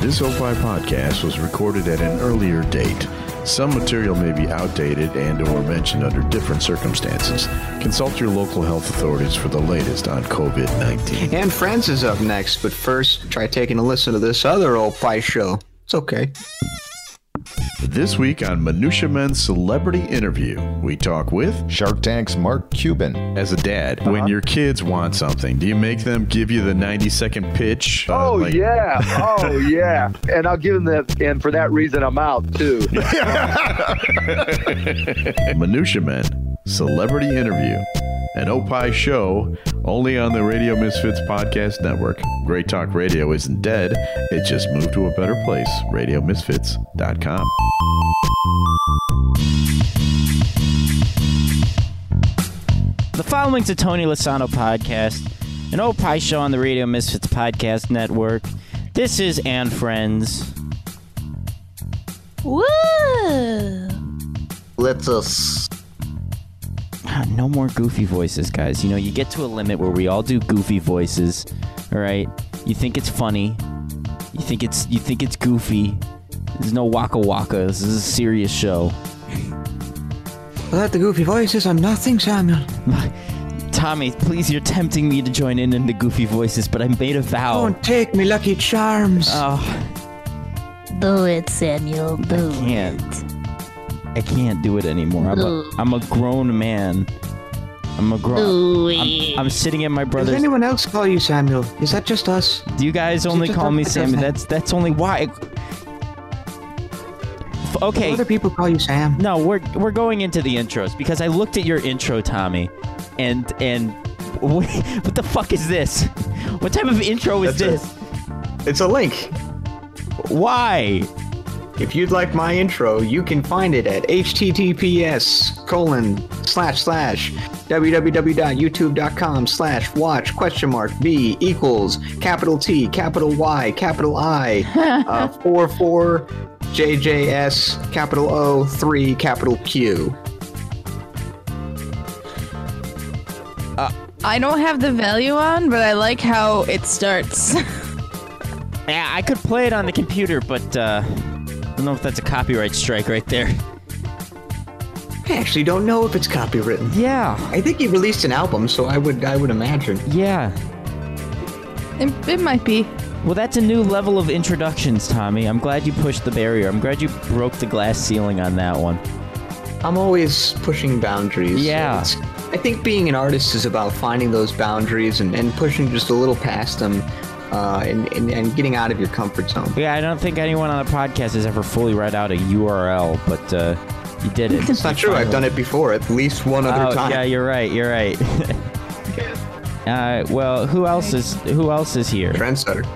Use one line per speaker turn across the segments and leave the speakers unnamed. This OPI podcast was recorded at an earlier date. Some material may be outdated and or mentioned under different circumstances. Consult your local health authorities for the latest on COVID-19.
And Friends is up next, but first, try taking a listen to this other old pie show. It's okay.
This week on Minutia Men's Celebrity Interview, we talk with
Shark Tank's Mark Cuban.
as a dad, when your kids want something, do you make them give you the 90 second pitch? Uh,
Oh
like-
yeah, oh yeah, and I'll give them that. And for that reason, I'm out too.
Minutia Men Celebrity Interview, an Opie show only on the Radio Misfits Podcast Network. Great Talk Radio isn't dead, it just moved to a better place. RadioMisfits.com.
The following's a Tony Lasano podcast, an old pie show on the Radio Misfits Podcast Network. This is And Friends.
Woo!
Let's us.
Ah, No more goofy voices, guys. You know, you get to a limit where we all do goofy voices. All right, you think it's funny, you think it's you think it's goofy. There's no waka waka. This is a serious show.
Without the goofy voices, I'm nothing, Samuel.
Tommy, please, you're tempting me to join in in the goofy voices, but I made a vow.
Don't take me lucky charms.
Uh,
Oh,
Do it, Samuel. Do
can't.
it.
I can't do it anymore. I'm a,
Ugh.
I'm a grown man. I'm a grown.
Do it.
I'm, I'm sitting at my
Does
brother's.
anyone else call you Samuel? Is that just us?
Do you guys only
just
call me
that-
Sammy?
that-
That's that's only why. F- Okay,
Other people call you Sam.
no, we're we're going into the intros because I looked at your intro, Tommy, and and what, what the fuck is this? What type of intro is
That's
this?
It's a link.
Why?
If you'd like my intro,
You can find it at https colon slash slash www.youtube.com slash watch question mark b equals capital T capital Y capital I uh, four four JJS capital O three capital Q.
I don't have the value on, but I like how it starts.
Yeah, I could play it on the computer, but uh, I don't know if that's a copyright strike right there.
I actually don't know if it's copywritten.
Yeah,
I think he released an album, so I would I would imagine.
yeah.
it, it might be.
Well, that's a new level of introductions, Tommy. I'm glad you pushed the barrier. I'm glad you broke the glass ceiling on that one.
I'm always pushing boundaries.
Yeah.
It's- I think being an artist is about finding those boundaries and, and pushing just a little past them uh, and, and, and getting out of your comfort zone.
Yeah, I don't think anyone on the podcast has ever fully read out a URL, but uh, you did it.
It's not true. I've done it before at least one other
Oh,
time.
yeah, you're right. You're right. uh, well, who else is who else is here?
Trendsetter.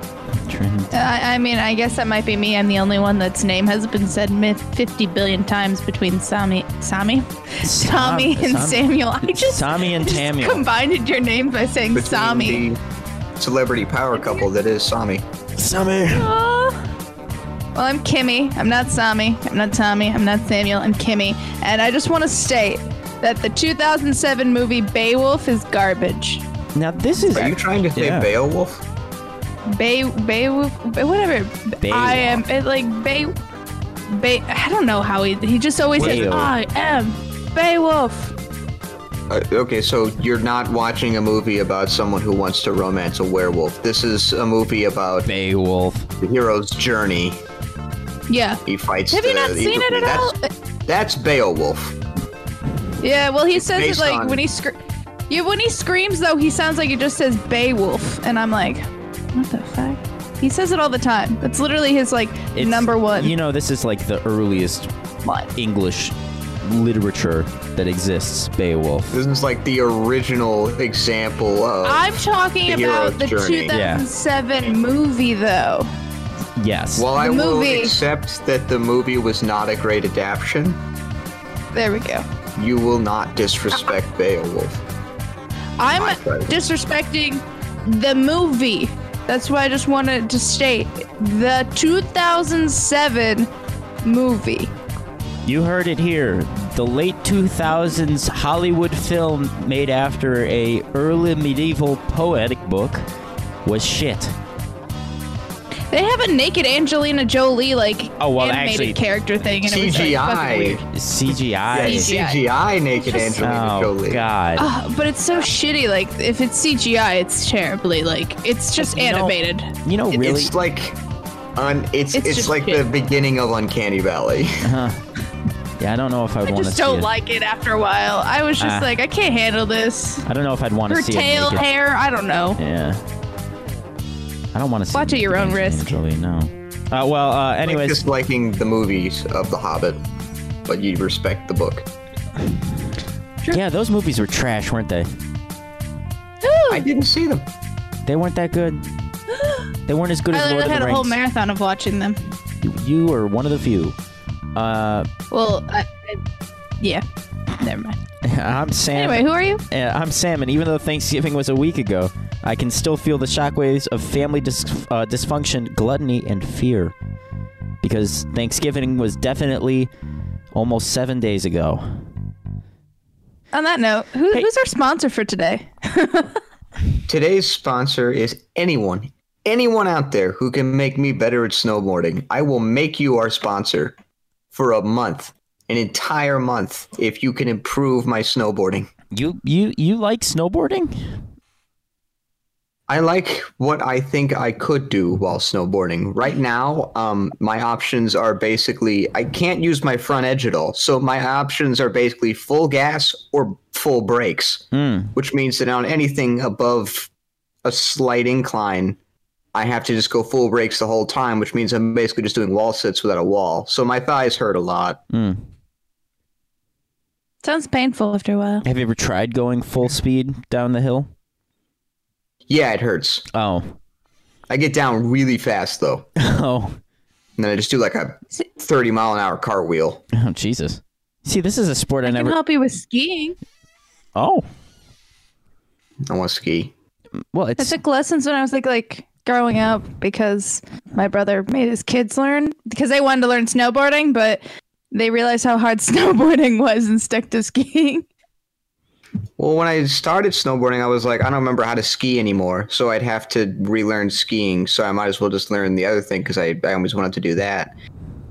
Trent.
I, I mean, I guess that might be me. I'm the only one that's name has been said mi- 50 billion times between Sami, Sami, Tommy and
Sam-
Samuel. I just
Tommy and
I just
Tamuel.
combined your names by saying
Between
Sami.
the celebrity power couple that is Sami.
Aw. Well, I'm Kimmy. I'm not Sami. I'm not Tommy. I'm not Samuel. I'm Kimmy. And I just want to state that the 2007 movie Beowulf is garbage.
Now this is
Are you trying to say
Yeah.
Beowulf?
Bay Beowulf Bay- whatever. I am it like Bay Bay I don't know how he he just always says
Beowulf.
I am Beowulf.
Uh, okay, so you're not watching a movie about someone who wants to romance a werewolf. This is a movie about
Beowulf.
the hero's journey.
Yeah.
He fights.
Have you
the-
not
he-
seen it at
that's-
all?
That's Beowulf.
Yeah, well he says it
based
like
on-
when he scr- Yeah, when he screams though he sounds like he just says Beowulf and I'm like, what the fuck? He says it all the time. That's literally his like
It's-
number one
You know, this is like the earliest
line.
English literature that exists. Beowulf.
This is like the original example of.
I'm talking
The
about
hero's
the
journey.
2007 movie though.
Yes.
While I
the
will
movie.
accept that the movie was not a great adaptation,
There we go.
you will not disrespect Beowulf.
I'm
My pleasure.
disrespecting the movie. That's why I just wanted to state the 2007 movie.
You heard it here. The late 2000s Hollywood film made after a early medieval poetic book was shit.
They have a naked Angelina Jolie like
Oh, well,
animated
actually-
character thing, and it was like, fucking
CGI.
weird.
CGI.
Yes.
CGI. naked Angelina
Oh
Jolie.
God.
Ah, but it's so shitty. Like if it's CGI, it's terribly like it's just
You know-
animated.
You know, really?
It's like un, it's
It's
it's,
just
like
shit.
the beginning of Uncanny Valley.
Yeah, I don't know if I'd
I
want to
just
see
don't
it.
like it after a while. I was just
Ah.
like, I can't handle this.
I don't know if I'd want
Her
to see
tail,
it. naked.
hair, I don't know.
Yeah. I don't want to see.
Watch at your own
naked
risk.
Angelina, no. Uh, well, uh,
Like
anyways,
just liking the movies of The Hobbit, but you respect the book.
yeah, those movies were trash, weren't they?
I didn't see them.
They weren't that good. They weren't as good
I
as Lord
literally
of
had
the
a whole
Rings.
marathon of watching them.
you are one of the few. Uh,
Well, I, I, yeah. Never mind.
I'm Sam.
Anyway, who are you?
Uh, I'm Sam, and even though Thanksgiving was a week ago, I can still feel the shockwaves of family dis- uh, dysfunction, gluttony, and fear. Because Thanksgiving was definitely almost seven days ago.
On that note, who,
Hey.
who's our sponsor for today?
Today's sponsor is anyone, anyone out there who can make me better at snowboarding. I will make you our sponsor for a month, an entire month, if you can improve my snowboarding.
You you you like snowboarding?
I like what I think I could do while snowboarding. Right now, um, my options are basically I can't use my front edge at all. So my options are basically full gas or full brakes,
Mm.
which means that on anything above a slight incline, I have to just go full brakes the whole time, which means I'm basically just doing wall sits without a wall. So my thighs hurt a lot.
Mm.
Sounds painful after a while.
Have you ever tried going full speed down the hill?
Yeah, it hurts.
Oh,
I get down really fast though,
oh,
and then I just do like a 30 mile an hour cartwheel.
oh, Jesus! See, this is a sport I,
I can
never.
help you with skiing.
Oh,
I want to ski.
well,
I
it's
took lessons when I was like like growing up because my brother made his kids learn because they wanted to learn snowboarding, but they realized how hard snowboarding was and stuck to skiing.
Well, when I started snowboarding, I was like, I don't remember how to ski anymore, so I'd have to relearn skiing. So I might as well just learn the other thing because I, I always wanted to do that,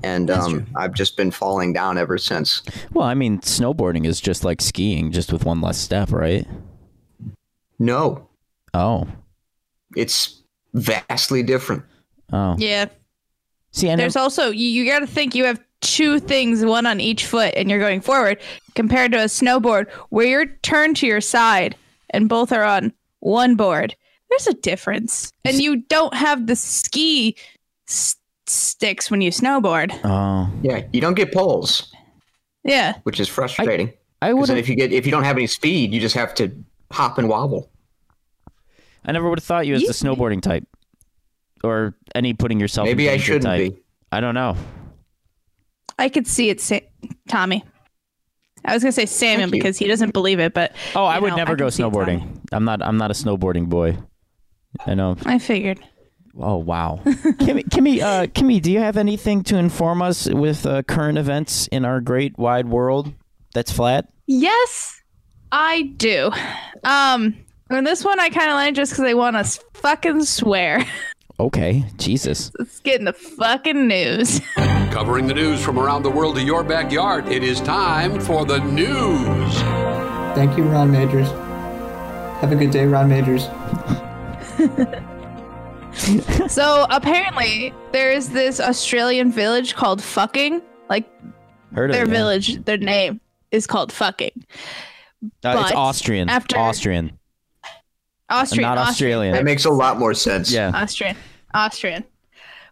and um, I've just been falling down ever since.
well. I mean, snowboarding is just like skiing, just with one less step, right?
No,
Oh,
it's vastly different.
oh.
Yeah.
See, I never-
There's also you, you got to think you have two things, one on each foot, and you're going forward compared to a snowboard where you're turned to your side and both are on one board. There's a difference, and you don't have the ski s- sticks when you snowboard.
Oh,
Yeah, you don't get poles,
Yeah,
which is frustrating.
I
'Cause
would.
then
have
if you get if you don't have any speed, you just have to hop and wobble.
I never would have thought you as the snowboarding type, or any putting yourself. in
Maybe I
danger
shouldn't
type.
be.
I don't know.
I could see it, Sa- Tommy. I was gonna say Samuel
Thank you.
because he doesn't believe it, but
Oh, I
you
would
know,
never
I
go
can see it, Tommy.
snowboarding. I'm not. I'm not a snowboarding boy. I know.
I figured.
Oh wow, Kimmy, Kimmy, uh, Kimmy, do you have anything to inform us with uh, current events in our great wide world that's flat?
Yes, I do. Um, and this one I kind of like just because they want us fucking swear.
Okay, Jesus.
Let's get in the fucking news.
Covering the news from around the world to your backyard, it is time for the news.
Thank you, Ron Majors. Have a good day, Ron Majors.
so apparently, there is this Australian village called Fucking. Like
Heard
their
of it, yeah.
village, their name is called Fucking.
Uh, it's
but
Austrian.
after-
Austrian,
Austrian,
not
Austrian.
Australian.
That makes a lot more sense.
yeah.
Austrian. Austrian.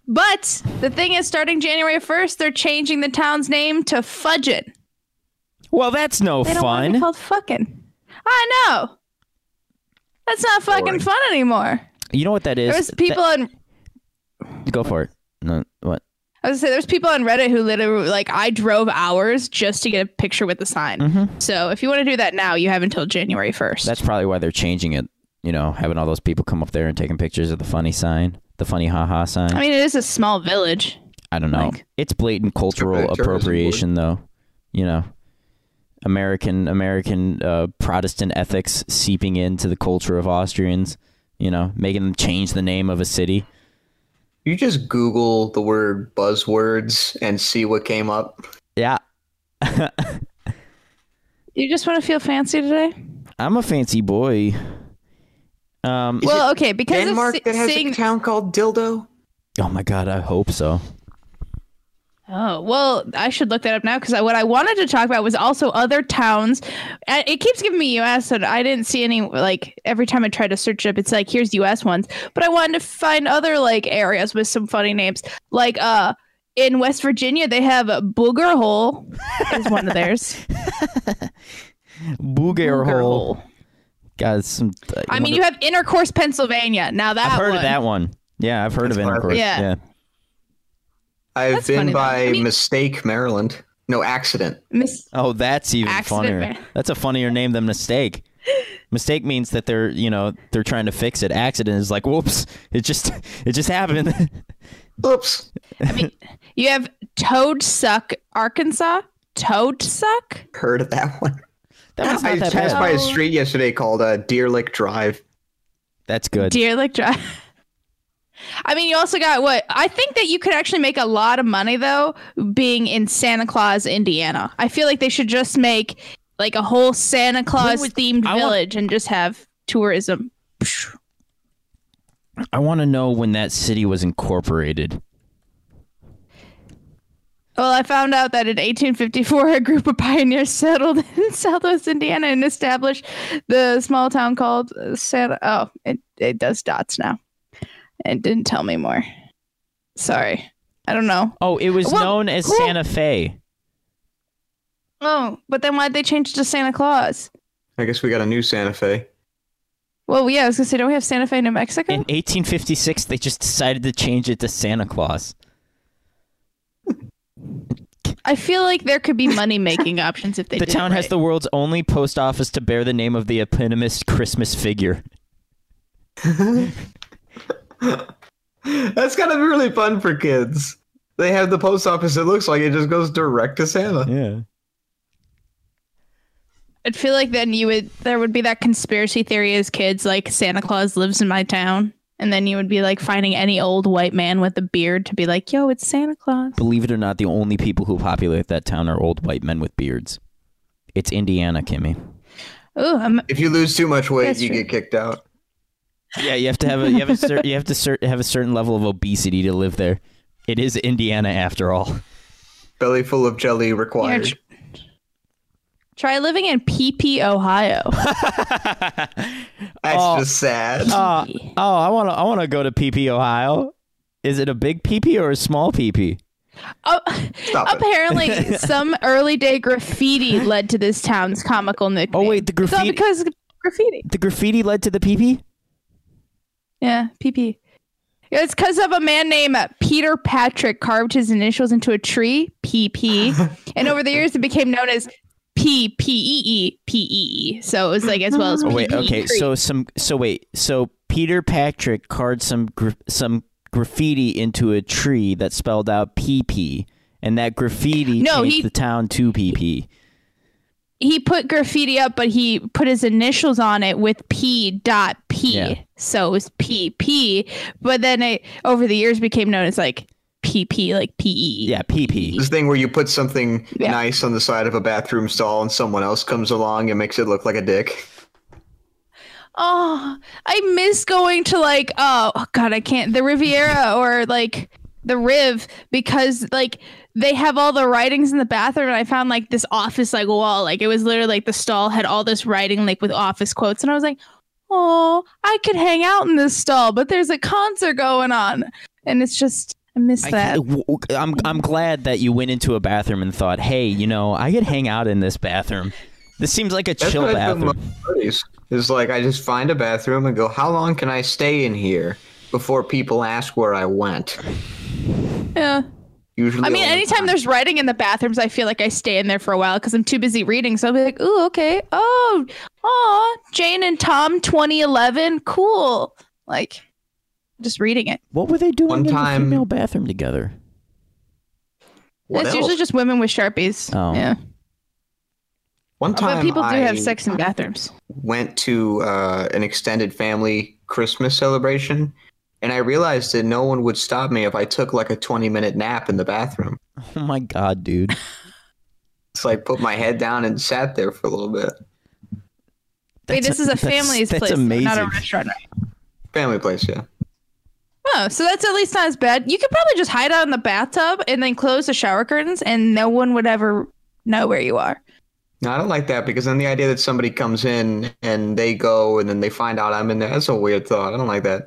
But the thing is, starting January 1st, they're changing the town's name to Fudgin.
Well, that's no
They don't want to be
fun.
called fucking. I know. That's not fucking
Boring.
fun anymore.
You know what that is?
There was people on.
That- go for it. No, what?
I was gonna say there's people on Reddit who literally like I drove hours just to get a picture with the sign.
Mm-hmm.
Mhm.
So if you want to do that now, you have until January 1st.
That's probably why they're changing it. You know, having all those people come up there and taking pictures of the funny sign, the funny haha sign.
I mean, it is a small village.
I don't know.
Like-
it's blatant cultural
back to tourism board.
appropriation, though. You know, American American uh, Protestant ethics seeping into the culture of Austrians. You know, making them change the name of a city.
You just Google the word buzzwords and see what came up.
Yeah.
You just want to feel fancy today?
I'm a fancy boy. Um,
Is
well, okay, because
Denmark
of si-
that has
seeing.
a town called Dildo.
oh my god, I hope so.
oh, well, I should look that up now because what I wanted to talk about was also other towns. And It keeps giving me U.S., and I didn't see any. Like every time I try to search up, it's like here's U.S. ones, but I wanted to find other like areas with some funny names, like uh. In West Virginia, they have a Booger Hole is one of theirs.
Booger hole. God, it's some.
I mean, you have Intercourse, Pennsylvania. Now that
I've heard
one.
of that one. Yeah, I've heard of
That's
intercourse.
perfect.
Yeah.
I've
That's funny,
been
though.
by
I mean-
mistake, Maryland. No accident.
Miss-
Oh, that's even
Accident
funnier.
man.
That's a funnier name than mistake. Mistake means that they're you know they're trying to fix it. Accident is like whoops, it just it just happened.
Oops.
You have Toad Suck, Arkansas. Toad Suck?
Heard of that one?
that one's
I
not that
passed
bad.
by
Oh.
a street yesterday called uh, Deer Lake Drive.
That's good.
Deer Lake Drive. I mean, you also got what? I think that you could actually make a lot of money, though, being in Santa Claus, Indiana. I feel like they should just make like a whole Santa Claus themed
I want-
village and just have tourism.
I want to know when that city was incorporated.
Well, I found out that in 1854, a group of pioneers settled in Southwest Indiana and established the small town called uh, Santa. Oh, it, it does dots now. It didn't tell me more. Sorry. I don't know.
Oh, it was
Well,
known as
cool.
Santa Fe.
Oh, but then why'd they change it to Santa Claus?
I guess we got a new Santa Fe.
Well, yeah, I was going to say, don't we have Santa Fe, New Mexico?
In 1856, they just decided to change it to Santa Claus.
I feel like there could be money making options if they
the
did it
town has
right.
the world's only post office to bear the name of the eponymous Christmas figure.
That's gotta be really fun for kids. They have the post office. It looks like it just goes direct to Santa.
Yeah.
I'd feel like then you would there would be that conspiracy theory as kids like Santa Claus lives in my town. And then you would be like finding any old white man with a beard to be like, yo, it's Santa Claus.
Believe it or not, the only people who populate that town are old white men with beards. It's Indiana, Kimmy.
Ooh, I'm,
If you lose too much weight,
That's
you
true.
get kicked out.
Yeah, you have to have a you have a cer- you have to cer- have a certain level of obesity to live there. It is Indiana after all.
Belly full of jelly
you're
required.
tr- try living in PP, Ohio.
That's
Oh.
just sad.
Uh, oh, I want to I want to go to PP Ohio. Is it a big PP or a small PP?
Oh,
Stop it.
apparently, some early day graffiti led to this town's comical nickname.
Oh wait, the
it's all
graffiti
because of graffiti.
the graffiti led to the PP?
Yeah, PP. It's because of a man named Peter Patrick carved his initials into a tree, PP, and over the years it became known as P P E E P E E. So it was like as well as
Oh wait,
PP
okay.
tree.
So some so wait, so Peter Patrick carved some gr- some graffiti into a tree that spelled out PP and that graffiti
No,
changed
he-
the town to PP.
he put graffiti up, but he put his initials on it with P dot P.
Yeah.
So it was PP. But then it over the years became known as like PP, like P E.
Yeah, PP.
This thing where you put something
Yeah.
nice on the side of a bathroom stall and someone else comes along and makes it look like a dick.
Oh, I miss going to like oh god, I can't the Riviera or like the Riv because like they have all the writings in the bathroom and I found like this office like wall like it was literally like the stall had all this writing like with office quotes and I was like, "Oh, I could hang out in this stall, but there's a concert going on." And it's just I miss that.
I, am I'm glad that you went into a bathroom and thought, "Hey, you know, I could hang out in this bathroom. This seems like a
That's
chill
what I do
bathroom."
with my buddies, Is like I just find a bathroom and go, how long can I stay in here before people ask where I went?
Yeah.
Usually,
I mean,
only-
anytime there's writing in the bathrooms, I feel like I stay in there for a while because I'm too busy reading. So I'll be like, ooh, okay. Oh, aw, Jane and Tom 2011. Cool. Like, just reading it.
What were they doing
One
in
time-
the female bathroom together?
What
it's
else?
usually just women with Sharpies.
Oh.
Yeah.
one time
But people do
I
have sex in bathrooms.
Went to uh, an extended family Christmas celebration, and I realized that no one would stop me if I took like a 20 minute nap in the bathroom.
Oh my god, dude.
So I put my head down and sat there for a little bit.
Wait,
That's
this is a
that's-
family's
that's
place,
amazing.
not a restaurant.
Family place, yeah.
Oh, so that's at least not as bad. You could probably just hide out in the bathtub and then close the shower curtains, and no one would ever know where you are.
No, I don't like that because then the idea that somebody comes in and they go and then they find out I'm in there, that's a weird thought. I don't like that.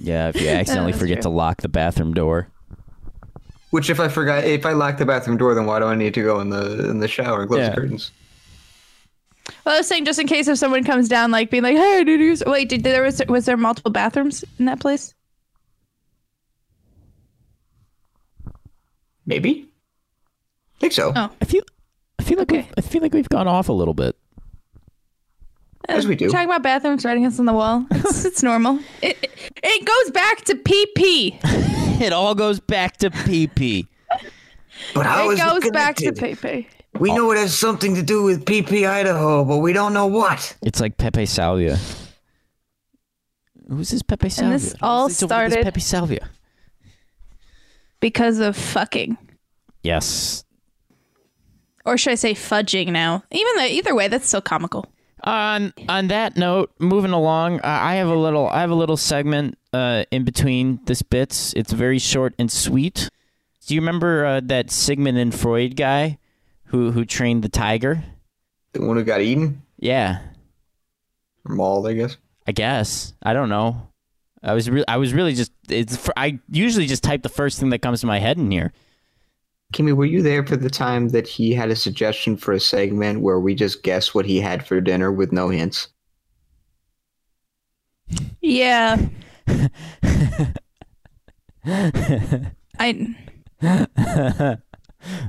Yeah, if you accidentally
that's
forget to lock the bathroom door.
Which if I forgot if I lock the bathroom door, then why do I need to go in the in the shower and close
Yeah.
the curtains?
Well, I was saying just in case if someone comes down, like being like, "Hey, dude, who's-" wait, did there was was there multiple bathrooms in that place?"
Maybe? I think so.
Oh.
I feel I feel like
Okay.
we've, I feel like we've gone off a little bit.
As we do.
Talking about bathrooms right against on the wall. It's, it's normal. It, it it goes back to PP.
It all goes back to PP.
But how
It
is
goes back to
connected?
PP.
We know it has something to do with PP Idaho, but we don't know what.
It's like Pepe Salvia. Who's this Pepe Salvia?
And this
Who's
all
this over- this
started-
Pepe Salvia.
because of fucking.
Yes.
Or should I say fudging now? Even though either way, that's still comical.
On on that note, moving along, uh, I I have a little I have a little segment uh, in between this bits. It's very short and sweet. Do you remember uh, that Sigmund and Freud guy who who trained the tiger?
The one who got eaten?
Yeah,
Or mauled, I guess.
I guess I don't know. I was re- I was really just it's fr- I usually just type the first thing that comes to my head in here.
Kimmy, were you there for the time that he had a suggestion for a segment where we just guess what he had for dinner with no hints?
Yeah. I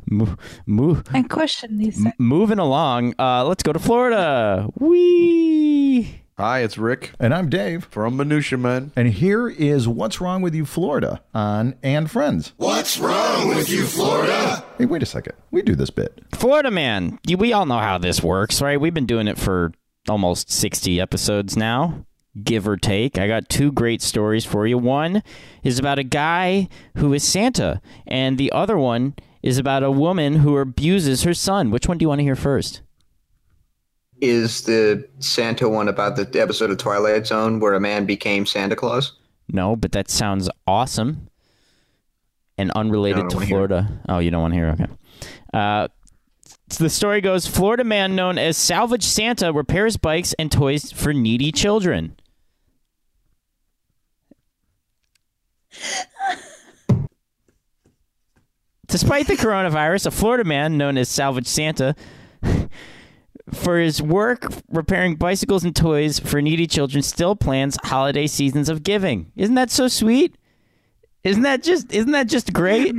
Mo- mo-
I question these.
m- moving along, uh, let's go to Florida. Wee.
Hi, it's Rick
And I'm Dave.
from Minutia Men.
And here is What's Wrong With You Florida on And Friends. What's Wrong With You Florida? Hey, wait a second. We do this bit.
Florida man, you- we all know how this works, right? We've been doing it for almost 60 episodes now, give or take. I got two great stories for you. One is about a guy who is Santa, and the other one is about a woman who abuses her son. Which one do you want to hear first?
Is the Santa one about the episode of Twilight Zone where a man became Santa Claus?
No, but that sounds awesome and unrelated
don't
to
wanna hear it.
Florida. Oh, you don't want to hear? it? Okay. Uh, so the story goes Florida man known as Salvage Santa repairs bikes and toys for needy children. Despite the coronavirus, a Florida man known as Salvage Santa for his work repairing bicycles and toys for needy children still plans holiday seasons of giving. Isn't that so sweet? Isn't that just isn't that just great?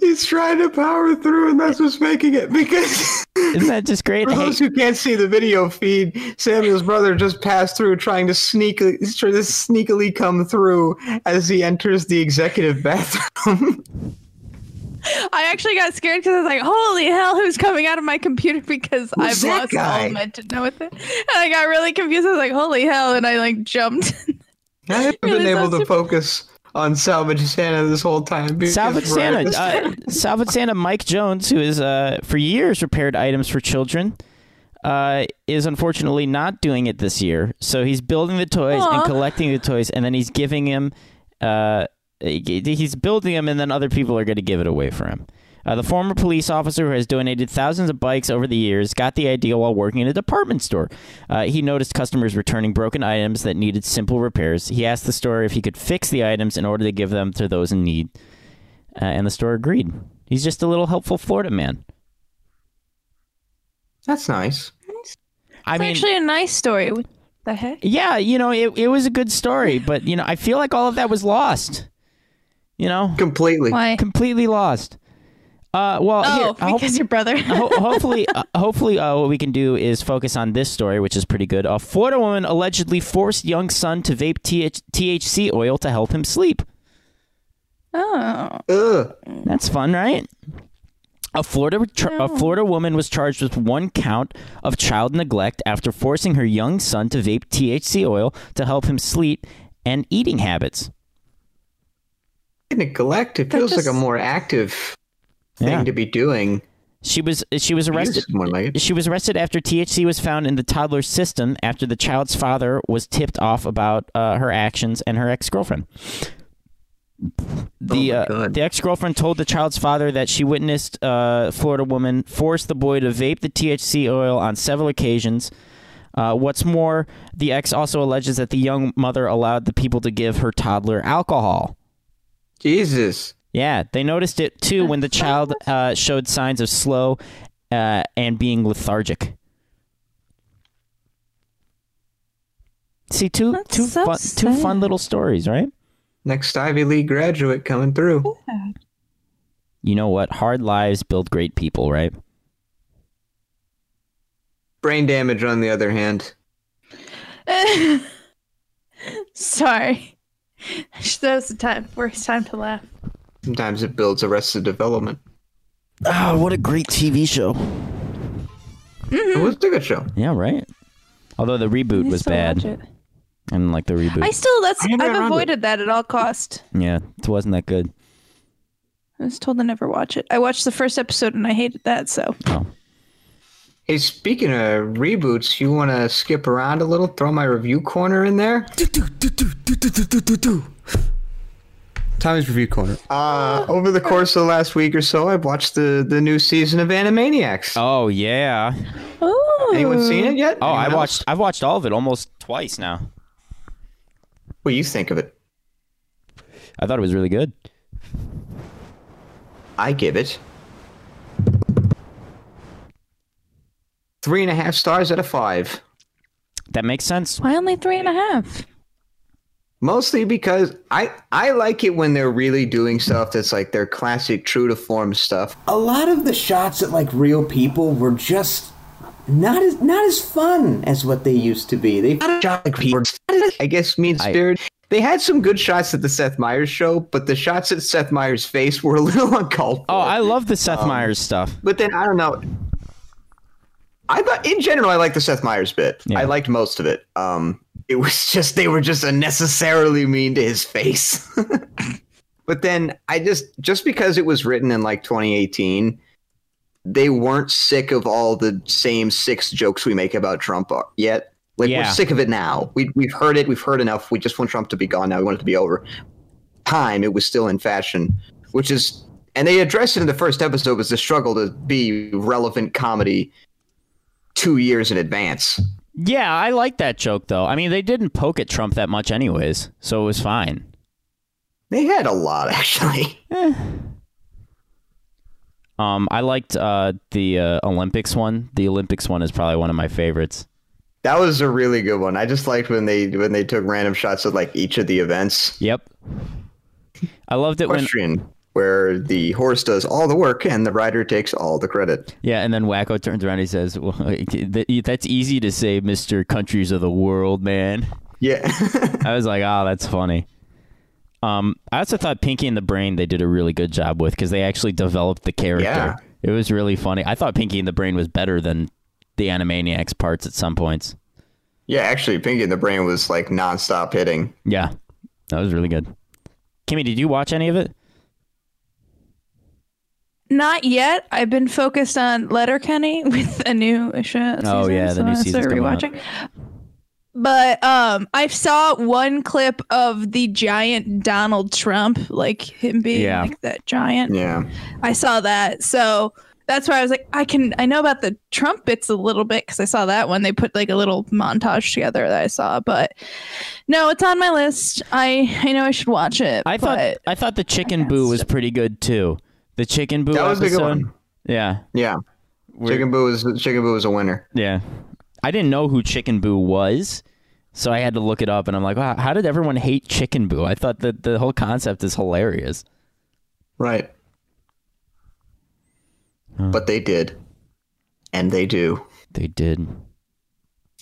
He's trying to power through, and that's what's making it. Because
Isn't that just great?
for
Hey,
those who can't see the video feed, Samuel's brother just passed through, trying to sneakily, he's trying to sneakily come through as he enters the executive bathroom.
I actually got scared because I was like, "Holy hell, who's coming out of my computer?" Because
Who's
I've
that
lost
guy?
all meant to know with it, and I got really confused. I was like, "Holy hell!" and I like jumped.
I haven't
Really
been able
sounds
to focus on Salvage Santa this whole time. because
Salvage
we're at
Santa,
this-
uh, Salvage Santa Mike Jones, who is uh, for years repaired items for children, uh, is unfortunately not doing it this year. So he's building the toys and
Aw.
collecting the toys, and then he's giving him. Uh, he's building them, and then other people are going to give it away for him. Uh, the former police officer who has donated thousands of bikes over the years got the idea while working in a department store. Uh, he noticed customers returning broken items that needed simple repairs. He asked the store if he could fix the items in order to give them to those in need uh, and the store agreed. He's just a little helpful Florida man.
that's nice.
I
It's
mean,
actually a nice story. What the heck?
yeah, you know, it, it was a good story, but you know, I feel like all of that was lost. You know,
Completely.
Why?
completely lost. Uh, well, here,
Oh,
I hope-
because your brother.
ho- hopefully, uh, hopefully, uh, what we can do is focus on this story, which is pretty good. A Florida woman allegedly forced young son to vape TH- THC oil to help him sleep.
oh,
Ugh.
That's fun, right? A Florida tra- a Florida woman was charged with one count of child neglect after forcing her young son to vape THC oil to help him sleep and eating habits.
neglect. It
They're
feels like
just-
a more active thing
Yeah.
to be doing.
She was she was arrested.
someone like it.
She was arrested after THC was found in the toddler's system after the child's father was tipped off about uh, her actions and her ex girlfriend. The
Oh my
uh,
God.
the ex girlfriend told the child's father that she witnessed uh, Florida woman force the boy to vape the THC oil on several occasions. Uh, what's more, the ex also alleges that the young mother allowed the people to give her toddler alcohol.
Jesus.
Yeah, they noticed it too when the child uh, showed signs of slow uh, and being lethargic. See, two
That's
two
so
fun two
sad.
fun little stories, right?
Next Ivy League graduate coming through.
You know what? Hard lives build great people, right?
Brain damage, on the other hand.
Sorry. That was the time worst time to laugh.
Sometimes it builds arrested development.
Oh, what a great TV show!
It was a good show.
Yeah, right. Although the reboot
I
was
still watch
bad,
it.
I didn't like the reboot.
I still that's
I never
I've
remember.
avoided that at all cost.
yeah, it wasn't that good.
I was told to never watch it. I watched the first episode and I hated that, so
Oh,
Hey, speaking of reboots, you want to skip around a little? Throw my review corner in there? Tommy's review corner. Uh, over the course of the last week or so, I've watched the, the new season of Animaniacs.
oh yeah.
Anyone seen it yet?
Oh,
Anyone
I
else?
watched. I've watched all of it almost twice now.
What do you think of it?
I thought it was really good.
I give it three and a half stars out of five.
That makes sense.
Why only three and a half?
Mostly because I I like it when they're really doing stuff that's like their classic true to form stuff.
A lot of the shots at like real people were just not as not as fun as what they used to be. They
Not a shot like people- I guess mean spirit. They had some good shots at the Seth Meyers show, but the shots at Seth Meyers' face were a little uncalled for.
Oh, I love the Seth Meyers stuff.
But then I don't know. I thought in general I liked the Seth Meyers bit.
Yeah.
I liked most of it. Um, it was just they were just unnecessarily mean to his face. but then I just just because it was written in like 2018, they weren't sick of all the same six jokes we make about Trump yet. Like
Yeah.
we're sick of it now. We we've heard it. We've heard enough. We just want Trump to be gone now. We want it to be over. Time it was still in fashion, which is and they addressed it in the first episode was the struggle to be relevant comedy two years in advance.
Yeah, I like that joke though. I mean, they didn't poke at Trump that much, anyways, so it was fine.
They had a lot actually.
Um, I liked uh, the uh, Olympics one. The Olympics one is probably one of my favorites.
That was a really good one. I just liked when they when they took random shots at like each of the events.
Yep. I loved it when
Question where the horse does all the work and the rider takes all the credit.
yeah, and then Wacko turns around. and He says, well, that- "That's easy to say, Mister Countries of the World, man."
Yeah.
I was like, "Oh, that's funny." Um, I also thought Pinky and the Brain they did a really good job with because they actually developed the character.
Yeah.
It was really funny. I thought Pinky and the Brain was better than the Animaniacs parts at some points.
yeah, actually Pinky in the Brain was like nonstop hitting.
Yeah, that was really good. Kimmy, did you watch any of it?
Not yet. I've been focused on Letterkenny with a new sh- season.
Oh, yeah, the
so
new
I
season's
started
coming out.
rewatching. But um, I saw one clip of the giant Donald Trump, like him being
Yeah.
like that giant.
Yeah.
I saw that, so that's why I was like, I can, I know about the Trump bits a little bit because I saw that one. They put like a little montage together that I saw, but no, it's on my list. I I know I should watch it.
I thought
but
I thought the Chicken
guess.
Boo was pretty good too. The Chicken Boo
That was a good
episode.
one.
Yeah,
Yeah. Chicken Boo was Chicken Boo was a winner.
yeah. I didn't know who Chicken Boo was, so I had to look it up, and I'm like, wow, how did everyone hate Chicken Boo? I thought that the whole concept is hilarious.
Right. But they did. And they do.
They did.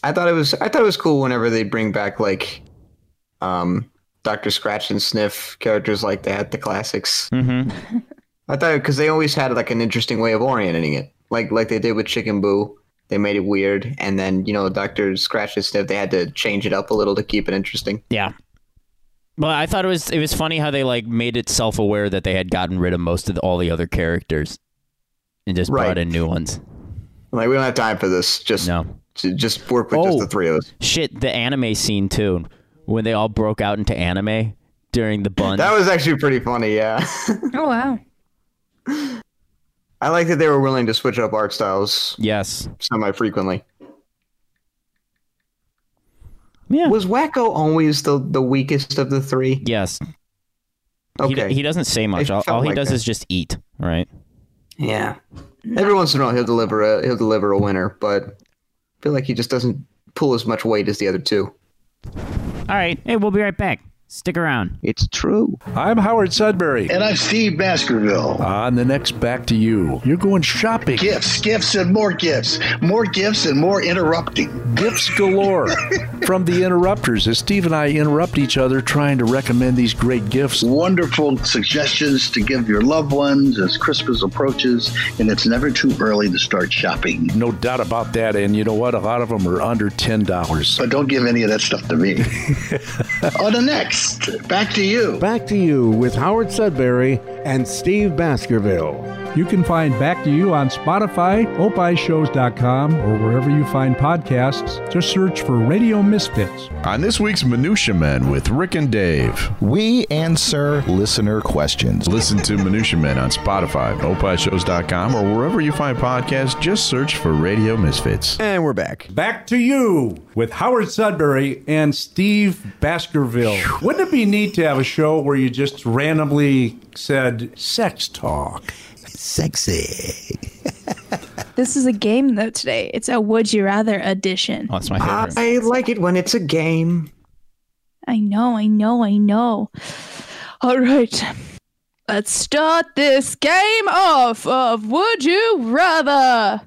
I thought it was I thought it was cool whenever they bring back like um Dr. Scratch and Sniff characters like that, the classics.
Mm-hmm.
I thought because they always had like an interesting way of orienting it, like like they did with Chicken Boo. They made it weird, and then you know Doctor Scratch and Sniff. They had to change it up a little to keep it interesting.
Yeah. Well, I thought it was it was funny how they like made it self aware that they had gotten rid of most of the, all the other characters and just
Right.
brought in new ones.
Like we don't have time for this. Just
No.
j- just work with just
Oh.
the three of us.
Shit, the anime scene too, when they all broke out into anime during the bun.
That was actually pretty funny. Yeah,
Oh wow.
I like that they were willing to switch up art styles
yes.
semi frequently.
Yeah.
Was Wacko always the the weakest of the three?
yes. He,
Okay.
d- he doesn't say much. All,
felt
all he
like
does
that.
is just eat, right?
yeah. Every once in a while he'll deliver a he'll deliver a winner, but I feel like he just doesn't pull as much weight as the other two.
All right. Hey, we'll be right back. Stick around.
It's true.
I'm Howard Sudbury.
And I'm Steve Baskerville.
On Ah, the next Back to You, you're going shopping.
Gifts, gifts, and more gifts. More gifts and more interrupting.
Gifts galore from the interrupters as Steve and I interrupt each other trying to recommend these great gifts.
Wonderful suggestions to give your loved ones as Christmas approaches, and it's never too early to start shopping.
No doubt about that. And you know what? A lot of them are under $10.
But don't give any of that stuff to me. On the next, back to you.
Back to you with Howard Sudbury and Steve Baskerville.
You can find Back to You on Spotify, opishows.com, or wherever you find podcasts. Just search for Radio Misfits.
On this week's Minutia Men with Rick and Dave,
We answer listener questions.
listen to Minutia Men on Spotify, opishows.com, or wherever you find podcasts. Just search for Radio Misfits.
And we're back.
Back to you with Howard Sudbury and Steve Baskerville. Wouldn't it be neat to have a show where you just randomly said sex talk?
Sexy.
This is a game though today. It's a would you rather edition.
Oh, that's my favorite.
I like it when it's a game.
I know, I know, I know. All right. Let's start this game off of Would You Rather?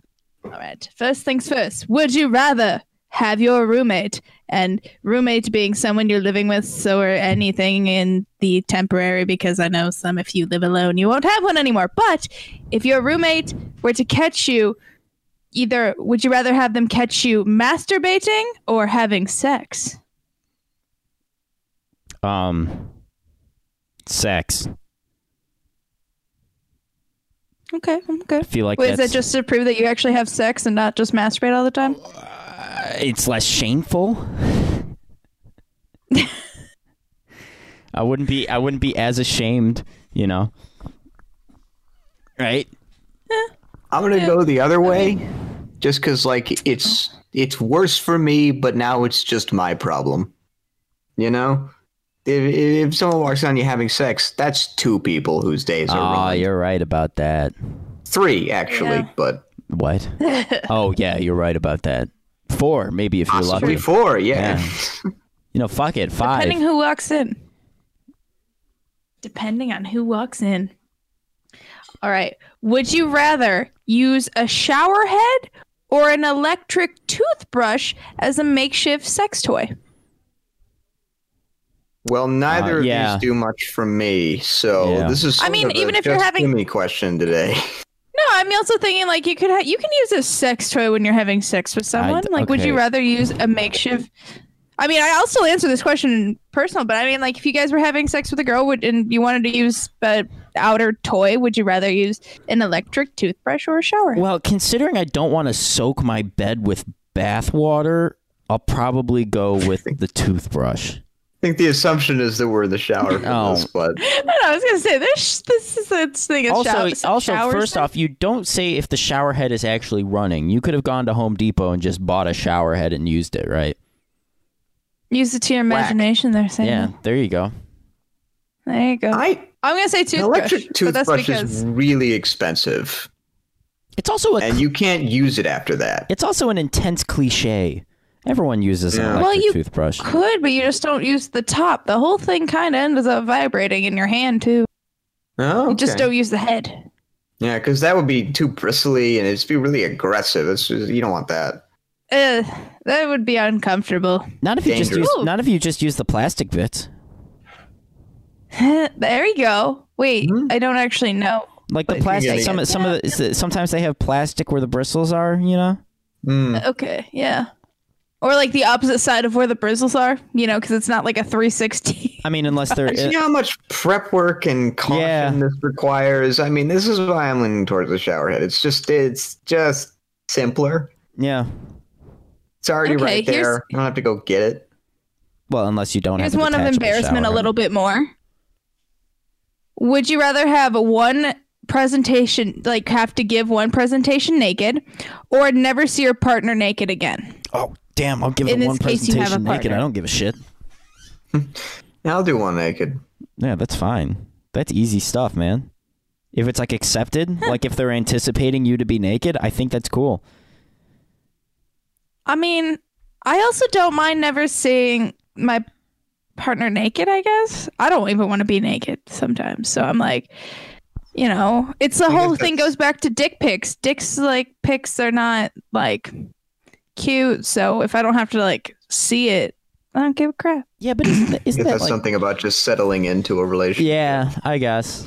All right. First things first. Would you rather have your roommate, and roommate being someone you're living with, so or anything in the temporary, because I know some, if you live alone, you won't have one anymore. But if your roommate were to catch you, either would you rather have them catch you masturbating or having sex?
Um, sex.
Okay, okay.
I feel like
Wait, is that
that's-
just to prove that you actually have sex and not just masturbate all the time?
Uh, it's less shameful. I wouldn't be I wouldn't be as ashamed, you know. Right?
I'm gonna go the other way, just because like it's it's worse for me, but now it's just my problem. You know, if, if someone walks on you having sex, that's two people whose days are
Ah,
ruined.
you're right about that.
Three actually,
Yeah.
but
What? oh yeah, you're right about that. Four, maybe if you're
possibly
lucky.
four. Yeah.
You know, fuck it, five.
Depending who walks in. Depending on who walks in. All right. Would you rather use a shower head or an electric toothbrush as a makeshift sex toy?
Well, neither
Uh, yeah.
of these do much for me, so
Yeah.
this is.
I
sort
mean,
of a
even if you're
just
having-
Jimmy question today.
No, I'm also thinking like you could ha- you can use a sex toy when you're having sex with someone. like, would you
okay.
rather use a makeshift? I mean, I also answer this question personal, but I mean, like, if you guys were having sex with a girl would, and you wanted to use an outer toy, would you rather use an electric toothbrush or a shower?
well, considering I don't want to soak my bed with bath water, I'll probably go with the toothbrush.
I think the assumption is that we're in the shower for
Oh.
this, but
I, know, I was gonna say this. This is this thing. Is
also,
show-
also,
showers
first
thing.
off, you don't say if the shower head is actually running. You could have gone to Home Depot and just bought a shower head and used it, right?
use it to your imagination. They're saying,
Yeah, there you go.
there you go. I,
I
am gonna say
an
toothbrush.
electric
but that's
toothbrush
because
is really expensive,
It's also a
and you can't use it after that.
it's also an intense cliche. Everyone uses an
Yeah.
electric
Well, you-
toothbrush.
could, but you just don't use the top. The whole thing kind of ends up vibrating in your hand too.
Oh,
You just
okay.
don't use the head.
Yeah, because that would be too bristly and it'd just be really aggressive. It's just, you don't want that.
Uh, that would be uncomfortable.
Not if you just use
dangerous. Ooh.
not if you just use the plastic bits.
there you go. Wait,
Hmm?
I don't actually know.
Like the
Like,
plastic,
beginning.
some some of Hmm. the, sometimes they have plastic where the bristles are. You know,
Mm.
Okay, yeah. Or like the opposite side of where the bristles are, you know, because it's not like a 360.
I mean, unless they're.
See how much prep work and caution this requires. I mean, this is why I'm leaning towards the showerhead. It's just it's just simpler.
Yeah.
It's already
Okay,
right
here's-
there. I don't have to go get it.
Well, unless you don't
Here's
have a
one of
detachable
embarrassment a
shower.
little bit more. Would you rather have one presentation, like have to give one presentation naked, or never see your partner naked again?
Oh, Damn, I'll give
In
it
this
one
case, you have a
presentation naked.
partner.
I don't give a shit.
I'll do one naked.
Yeah, that's fine. That's easy stuff, man. If it's like accepted, like if they're anticipating you to be naked, I think that's cool.
I mean, I also don't mind never seeing my partner naked, I guess. I don't even want to be naked sometimes. So I'm like, you know, it's the whole thing goes back to dick pics. Dicks like pics are not like cute. So if I don't have to like see it, I don't give a crap.
Yeah, but isn't
I guess that's something about just settling into a relationship.
Yeah, I guess.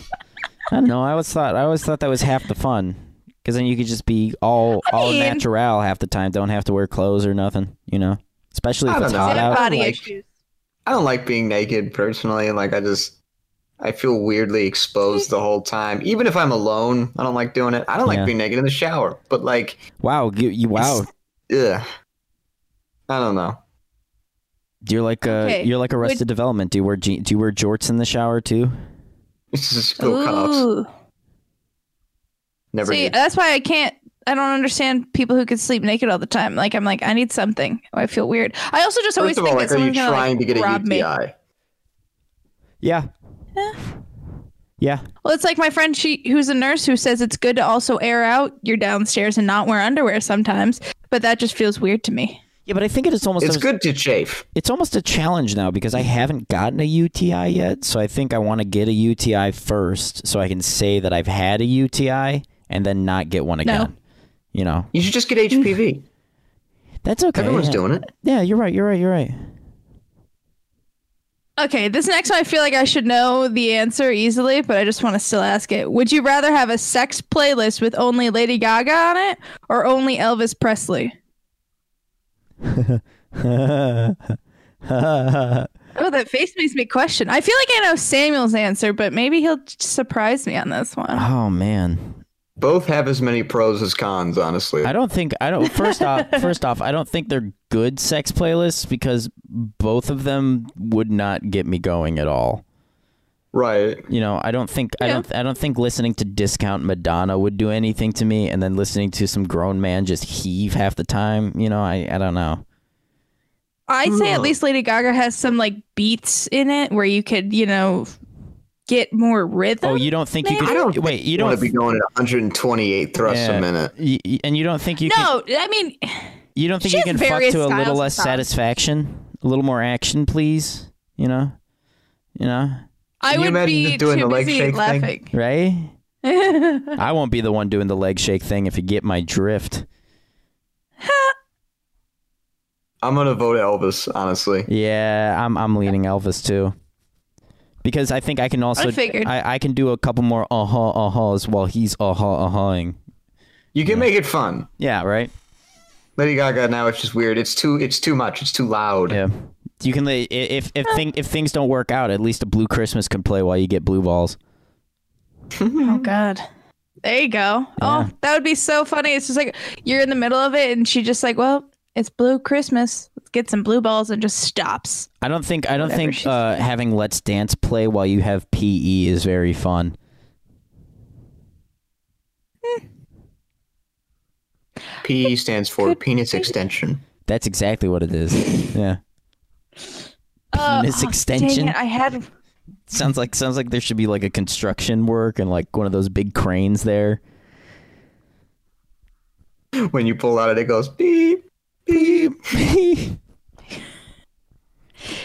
I don't know. I always thought I always thought that was half the fun because then you could just be all all
mean-
natural half the time. Don't have to wear clothes or nothing. You know, especially if
I
it's
don't know.
hot
Is it
out.
Body
like-
issues.
I don't like being naked personally. Like I just I feel weirdly exposed the whole time. Even if I'm alone, I don't like doing it. I don't
Yeah.
like being naked in the shower. But like
Wow, you, you wow.
Yeah. I don't know.
You're like a
Okay,
you're like
would-
Arrested Development. Do you wear je- do you wear jorts in the shower too?
This is
Ooh.
Never
See,
did.
that's why I can't. I don't understand people who can sleep naked all the time. Like I'm like, I need something. I feel weird. I also just always
First of
think
all, like,
that
are you
someone's gonna
trying
like,
to get a
rob
UTI?
me.
Yeah. Yeah.
Well, it's like my friend, she who's a nurse, who says it's good to also air out your downstairs and not wear underwear sometimes, but that just feels weird to me.
Yeah, but I think it is almost.
It's
a-
good to chafe.
It's almost a challenge now because I haven't gotten a UTI yet, so I think I want to get a UTI first, so I can say that I've had a UTI and then not get one again. You know,
You should just get HPV.
that's okay.
Everyone's
yeah.
doing it.
Yeah, you're right. You're right. You're right.
Okay, this next one, I feel like I should know the answer easily, but I just want to still ask it. Would you rather have a sex playlist with only Lady Gaga on it or only Elvis Presley? Oh, that face makes me question. I feel like I know Samuel's answer, but maybe he'll t- surprise me on this one.
oh man.
Both have as many pros as cons, honestly.
I don't think I don't. First off, first off, I don't think they're good sex playlists because both of them would not get me going at all.
Right.
You know, I don't think I
Yeah.
don't I don't think listening to discount Madonna would do anything to me, and then listening to some grown man just heave half the time. You know, I I don't know.
I'd say at
Hmm.
Huh.
least Lady Gaga has some like beats in it where you could, you know, get more rhythm.
Oh, you don't think you could?
I don't
wait, you
want
don't
to be going at 128 thrusts
yeah.
a minute.
Y- y- and you don't think you can,
no, I mean,
you don't think
she
you can
has
fuck
various
to a
styles
little
of
less
songs.
satisfaction, a little more action, please. You know, you know,
I
Can you
would
imagine
be
just doing
too
the leg
busy
shake thing?
laughing.
right? I won't be the one doing the leg shake thing if you get my drift.
I'm gonna vote Elvis, honestly.
Yeah, I'm I'm leaning Elvis too. Because I think I can also
I figured.
I, I can do a couple more uh huh uh huhs while he's uh huh uh huhing.
You can make it fun.
Yeah, right.
Lady Gaga now it's just weird. It's too it's too much. It's too loud.
Yeah. You can lay- i- if if thing if things don't work out, at least a blue Christmas can play while you get blue balls.
oh God. There you go. Oh, that would be so funny. It's just like you're in the middle of it and she just like, well, it's blue Christmas. Let's get some blue balls and just stops.
I don't think I don't
Whatever
think uh, having Let's Dance play while you have PE is very fun.
PE stands for penis extension.
That's exactly what it is. Yeah.
Uh,
Penis
oh,
extension?
Dang it, I had
Sounds like sounds like there should be like a construction work and like one of those big cranes there.
When you pull out it, it goes beep beep.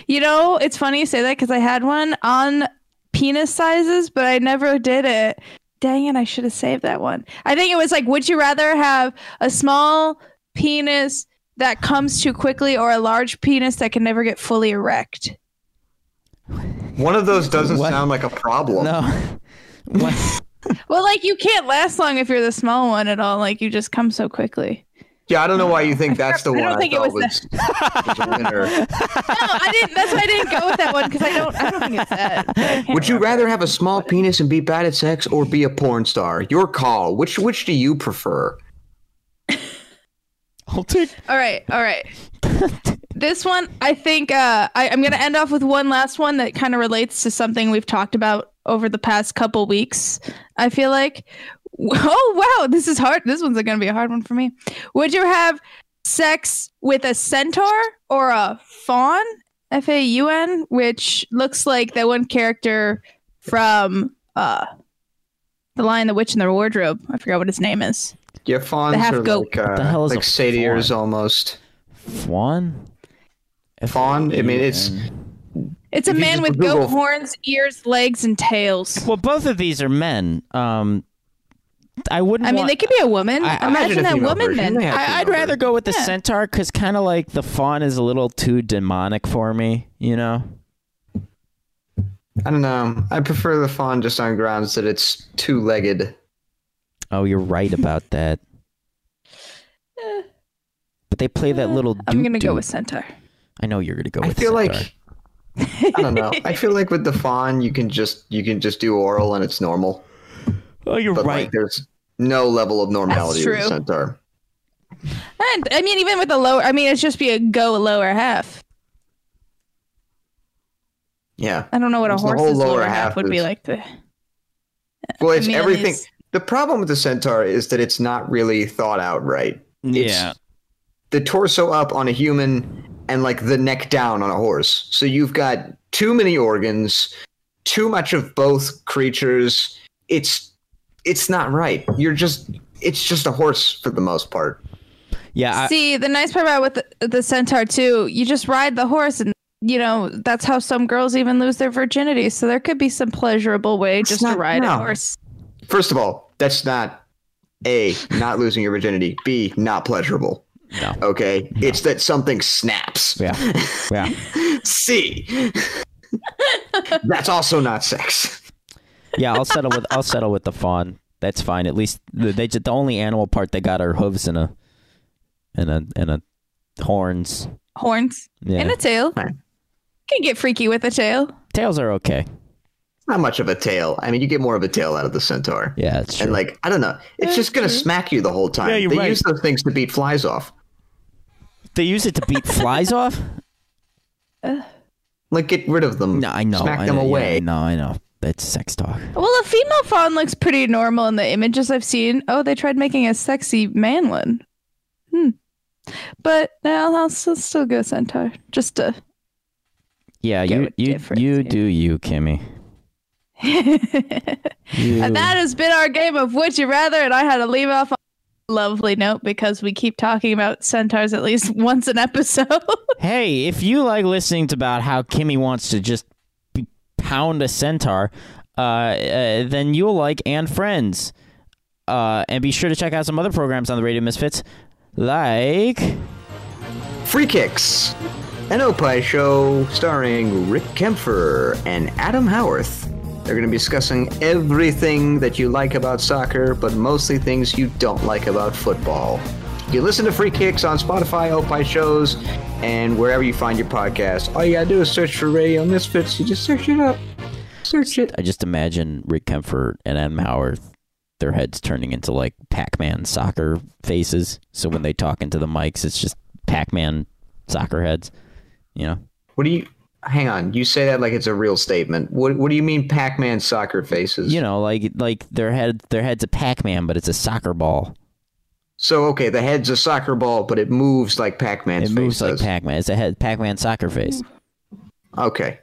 You know, it's funny you say that because I had one on penis sizes, but I never did it. Dang it, I should have saved that one. I think it was like, would you rather have a small penis that comes too quickly or a large penis that can never get fully erect?
One of those doesn't sound like a problem.
No.
Well, like you can't last long if you're the small one at all. Like you just come so quickly.
Yeah, I don't know why you think that's the
I
one.
don't think it
thought
was
was a winner.
I didn't. That's why I didn't go with that one because I don't. I don't think it's that.
Would you rather have a small penis and be bad at sex, or be a porn star? Your call. Which which do you prefer?
I'll take
All right, all right. this one, I think uh, I, I'm going to end off with one last one that kind of relates to something we've talked about over the past couple weeks. I feel like, oh wow, this is hard. This one's going to be a hard one for me. Would you have sex with a centaur or a fawn? F A U N, which looks like that one character from uh, The Lion, the Witch, and the Wardrobe. I forgot what his name is.
Yeah, fawns
The half
are
goat.
like uh,
What the hell is
like
a
satyrs almost.
Fawn.
Fawn. I mean, it's
It's a
If you
man
just
with
Google-
goat horns, ears, legs, and tails.
Well, both of these are men. Um, I wouldn't.
I mean,
want-
they could be a woman.
I- I- Imagine
imagine,
a
that
female
woman
version.
then.
They have I- I'd female rather go with the centaur because kind of like the fawn is a little too demonic for me. You know.
I don't know. I prefer the fawn just on grounds that it's two legged.
Oh, you're right about that. but they play that little.
Eh. I'm gonna go
doot-doot.
with centaur.
I know you're gonna go.
I
with
feel
centaur.
like I don't know. I feel like with the fawn, you can just you can just do oral and it's normal.
Oh, you're
but right. Like, there's no level of normality with
true.
the centaur.
And I mean, even with a lower, I mean, it's just be a go lower half.
Yeah.
I don't know what a
It's the whole
horse's lower,
lower
half,
half
would be
is-
like. The,
Well, it's
mean, at
everything.
least-
The problem with the centaur is that it's not really thought out right. It's
Yeah.
the torso up on a human and like the neck down on a horse. So you've got too many organs, too much of both creatures. It's it's not right. You're just it's just a horse for the most part.
Yeah.
See, the nice part about with the, the centaur too, you just ride the horse, and you know that's how some girls even lose their virginity. So there could be some pleasurable way just to
not-
ride a
no.
horse.
First of all, that's not A, not losing your virginity. B, not pleasurable.
No.
Okay. It's that something snaps.
Yeah. Yeah.
C. That's also not sex.
yeah, I'll settle with I'll settle with the fawn. That's fine. At least the- they just, the only animal part they got are hooves and a and a and a horns.
Horns
Yeah.
and a tail. Can get freaky with a tail.
Tails are okay.
Not much of a tail. I mean, you get more of a tail out of the centaur.
Yeah, that's
And like, I don't know. It's just gonna smack you the whole time.
Yeah, you're
they
right.
use those things to beat flies off.
They use it to beat flies off.
Like get rid of them.
No, I know.
Smack
I
them
know, yeah,
away.
I know. I know. That's sex talk.
Well, a female fawn looks pretty normal in the images I've seen. Oh, they tried making a sexy man one. Hmm. But now I'll still, still go centaur. Just to.
Yeah, you you you do you, Kimmy. You-
And that has been our game of Would You Rather, and I had to leave off on a lovely note because we keep talking about centaurs at least once an episode.
Hey, if you like listening to about how Kimmy wants to just p- pound a centaur, uh, uh, then you'll like and friends. Uh, and be sure to check out some other programs on the Radio Misfits, like
Free Kicks, an Opie show starring Rick Kempfer and Adam Howarth. They're going to be discussing everything that you like about soccer, but mostly things you don't like about football. You listen to Free Kicks on Spotify, Opie shows, and wherever you find your podcast. All you got to do is search for Radio Misfits. You just search it up. Search it.
I just imagine Rick Kempfer and Adam Howard, their heads turning into like Pac-Man soccer faces. So when they talk into the mics, it's just Pac-Man soccer heads. You know,
What do you? Hang on. You say that like it's a real statement. What What do you mean, Pac-Man soccer faces?
you know, like like their head their head's a Pac-Man, but it's a soccer ball.
So okay, the head's a soccer ball, but it moves like
It
Pac-Man's face
moves like
does.
Pac-Man. It's a head Pac-Man soccer face.
Okay.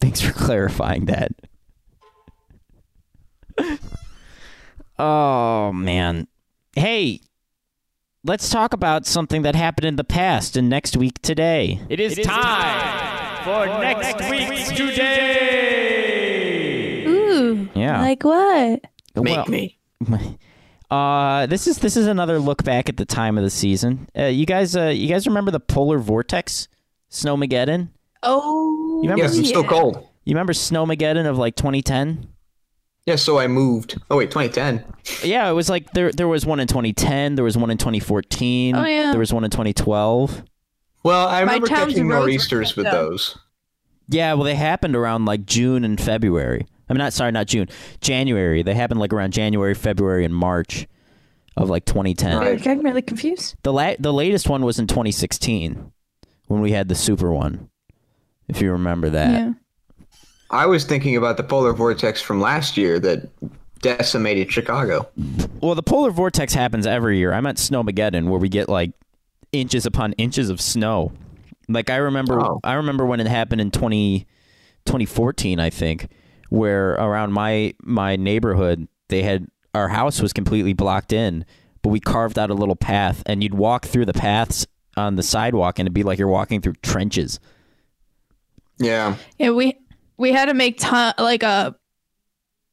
Thanks for clarifying that. oh man. Hey, let's talk about something that happened in the past and next week today.
It is, time, for next, week's, today.
Ooh.
Yeah.
Like what?
Make
me.
Uh, this is this is another look back at the time of the season. Uh, you guys, uh, you guys remember the polar vortex, Snowmageddon?
Oh.
You remember?
yeah.
You remember Snowmageddon of like 2010?
Yeah, so I moved. Oh wait, 2010.
Yeah, it was like there there was one in 2010, there was one in 2014,
Oh, yeah.
there was one in 2012.
Well, I
My
remember
town's
catching
roads
more
were
Easters with
fucked up.
those.
Yeah, well they happened around like June and February. I mean not sorry, not June. January. They happened like around January, February and March of like 2010.
Dude, I'm really confused.
The la- the latest one was in 2016 when we had the super one. If you remember that.
Yeah.
I was thinking about the polar vortex from last year that decimated Chicago.
Well, the polar vortex happens every year. I'm at Snowmageddon where we get like inches upon inches of snow. Like I remember I remember when it happened in 20, 2014, I think, where around my my neighborhood, they had our house was completely blocked in, but we carved out a little path and you'd walk through the paths on the sidewalk and it'd be like you're walking through trenches.
Yeah.
Yeah, we we had to make ton, like a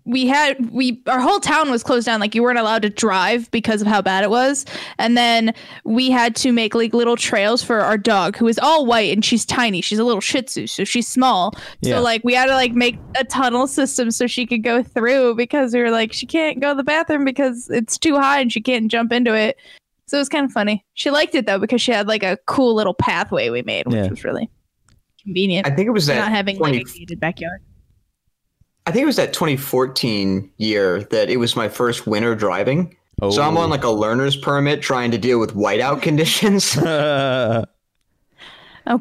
we had we our whole town was closed down like you weren't allowed to drive because of how bad it was and then we had to make like little trails for our dog who is all white and she's tiny she's a little shih tzu so she's small
Yeah.
so like we had to like make a tunnel system so she could go through because we were like she can't go to the bathroom because it's too high and she can't jump into it so it was kind of funny she liked it though because she had like a cool little pathway we made which
Yeah.
was really convenient
I think it was
for
that
not having like
20
a gated backyard
I think it was that 2014 year that it was my first winter driving. So
Oh.
I'm on like a learner's permit trying to deal with whiteout conditions.
Oh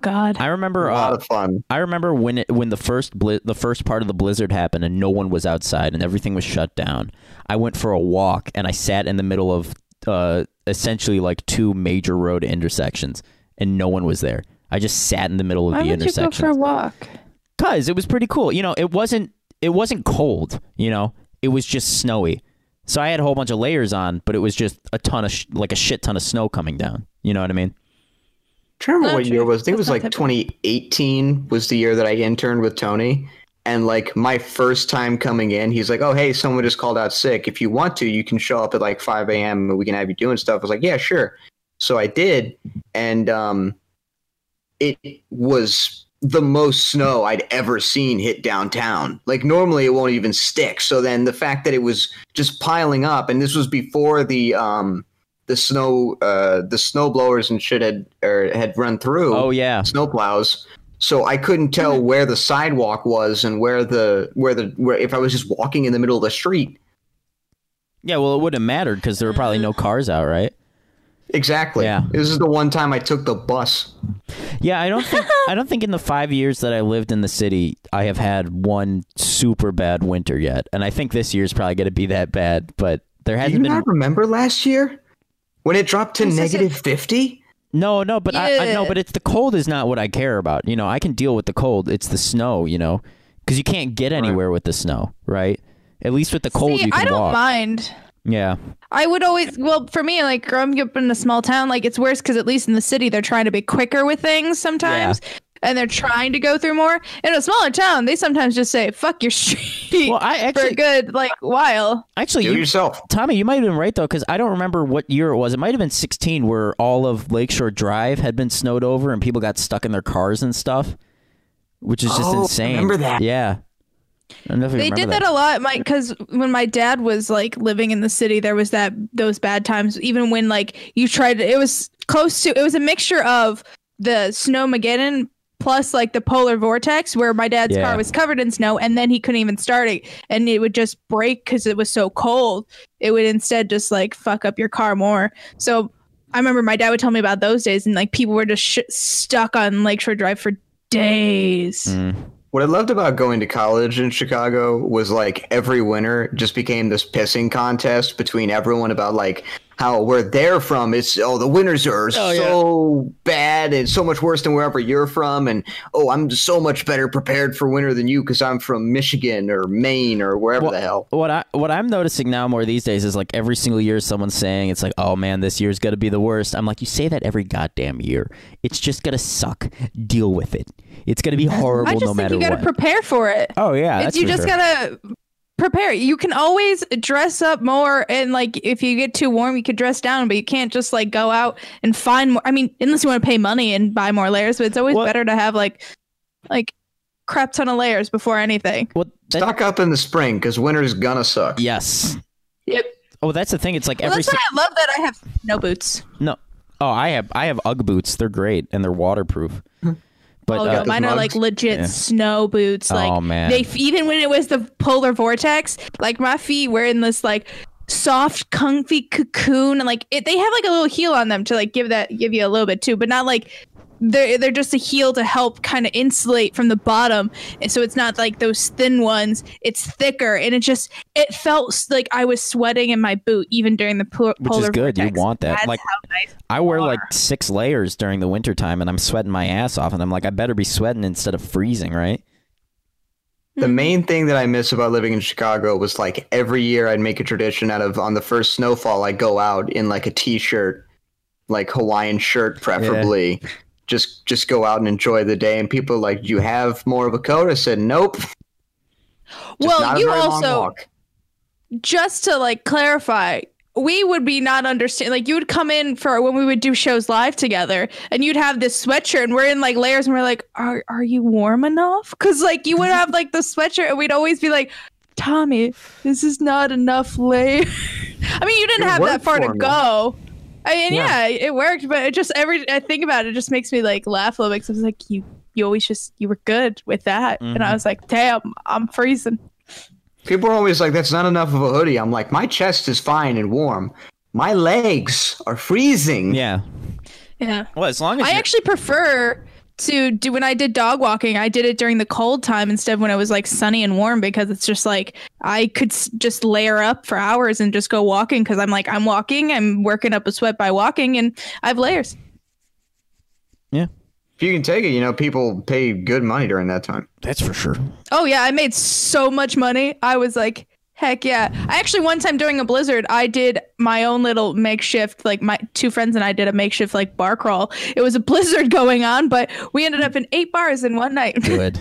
God!
I remember uh, a lot
of fun.
I remember when it, when the first bli- the first part of the blizzard happened and no one was outside and everything was shut down. I went for a walk and I sat in the middle of uh, essentially like two major road intersections and no one was there. I just sat in the middle of
Why
the
would you go for
intersection
a walk?
because it was pretty cool. You know, it wasn't it wasn't cold. You know, it was just snowy. So I had a whole bunch of layers on, but it was just a ton of sh- like a shit ton of snow coming down. You know what I mean?
Do you remember what year it was? I think it was like 2018 was the year that I interned with Tony. And like my first time coming in, he's like, "Oh, hey, someone just called out sick. If you want to, you can show up at like 5 a.m. and we can have you doing stuff." I was like, "Yeah, sure." So I did, and um, it was the most snow I'd ever seen hit downtown. Like normally it won't even stick. So then the fact that it was just piling up, and this was before the um the snow uh the snow blowers and shit had or had run through.
Oh, yeah,
snow plows. So I couldn't tell where the sidewalk was and where the where the where if I was just walking in the middle of the street.
Yeah, well, it wouldn't have mattered because there were probably no cars out, right?
Exactly.
Yeah.
This is the one time I took the bus.
Yeah, I don't think I don't think in the five years that I lived in the city, I have had one super bad winter yet, and I think this year's probably going to be that bad. But there
Do you
hasn't been.
not remember last year when it dropped to
This is a-
negative fifty?
No, no, but I, I no,
Yeah.
but it's the cold is not what I care about. You know, I can deal with the cold. It's the snow, you know, because you can't get anywhere with the snow, right? At least with the cold,
See,
you can
I don't
walk.
mind.
Yeah,
I would always well for me like growing up in a small town like it's worse because at least in the city they're trying to be quicker with things sometimes. And they're trying to go through more. In a smaller town, they sometimes just say "fuck your street"
well, I
for a good like while.
Actually,
Do it
yourself,
Tommy. You might have been right though, because I don't remember what year it was. It might have been 16, where all of Lakeshore Drive had been snowed over and people got stuck in their cars and stuff, which is just
Oh, I
insane.
remember that.
Yeah, I don't know if you
They
remember
did that. a lot, Mike, because when my dad was like living in the city, there was that those bad times. Even when like you tried, to, it was close to. It was a mixture of the snowmageddon plus like the polar vortex, where my dad's
Yeah.
car was covered in snow, and then he couldn't even start it, and it would just break because it was so cold. It would instead just like fuck up your car more. So I remember my dad would tell me about those days, and like people were just sh- stuck on Lakeshore Drive for days.
Mm.
What I loved about going to college in Chicago was like every winter just became this pissing contest between everyone about like how where they're from it's oh the winters are
Oh, yeah.
so bad and so much worse than wherever you're from and oh I'm so much better prepared for winter than you because I'm from Michigan or Maine or wherever the hell.
What I what I'm noticing now more these days is like every single year someone's saying it's like, oh man, this year's gonna be the worst. I'm like, you say that every goddamn year. It's just gonna suck. Deal with it. It's gonna be horrible
I just
no
think
matter
you gotta
what.
prepare for it.
Oh, yeah,
It's-
that's
you
for
just
sure.
gotta prepare. You can always dress up more, and like if you get too warm, you could dress down, but you can't just like go out and find more. I mean, unless you want to pay money and buy more layers, but it's always better to have like like crap ton of layers before anything.
What?
Stock up in the spring because winter's gonna suck.
Yes.
Yep.
Oh, that's the thing. It's like
Well,
every
that's why
si-
I love that I have no boots.
no. Oh, I have I have UGG boots. They're great and they're waterproof. But
oh,
uh,
no, mine are like legit
Yeah.
snow boots.
Oh,
Like
man.
they f- even when it was the polar vortex, like my feet were in this like soft, comfy cocoon, and like it, they have like a little heel on them to like give that give you a little bit too, but not like they're they're just a heel to help kind of insulate from the bottom, and so it's not like those thin ones. It's thicker, and it just it felt s- like I was sweating in my boot even during the po-
Which
polar
is good. You
vortex.
want that.
That's
Like-
how nice
I wear like six layers during the wintertime and I'm sweating my ass off and I'm like I better be sweating instead of freezing, right?
The
Mm-hmm.
main thing that I miss about living in Chicago was like every year I'd make a tradition out of on the first snowfall I go out in like a t-shirt, like Hawaiian shirt preferably. Just just go out and enjoy the day. And people are like, "Do you have more of a coat? I said, Nope. Just not
Mm-hmm. well,
a
you
very long
also
walk.
just to like clarify, we would be not understand like you would come in for when we would do shows live together and you'd have this sweatshirt and we're in like layers and we're like, Are are you warm enough? Cause like you would have like the sweatshirt and we'd always be like, Tommy, this is not enough layer. I mean you didn't
It
have that
worked
far to
for me.
go. I mean,
Yeah.
yeah. it worked, but it just every I think about it, it just makes me like laugh a little bit. Cause I was like, you, you always just you were good with that,
Mm-hmm.
and I
Mhm.
was like, damn, I'm freezing.
People are always like, "That's not enough of a hoodie." I'm like, "My chest is fine and warm. My legs are freezing."
Yeah.
Yeah.
Mm. Well, as long as
I
you're-
actually prefer to do when I did dog walking, I did it during the cold time instead of when it was like sunny and warm because it's just like I could s- just layer up for hours and just go walking because I'm like I'm walking, I'm working up a sweat by walking, and I have layers.
If you can take it, you know, people pay good money during that time.
That's for sure.
Oh yeah, I made so much money. I was like, heck yeah. I actually one time during a blizzard, I did my own little makeshift like my two friends and I did a makeshift like bar crawl. It was a blizzard going on, but we ended up in eight bars in one night.
Good.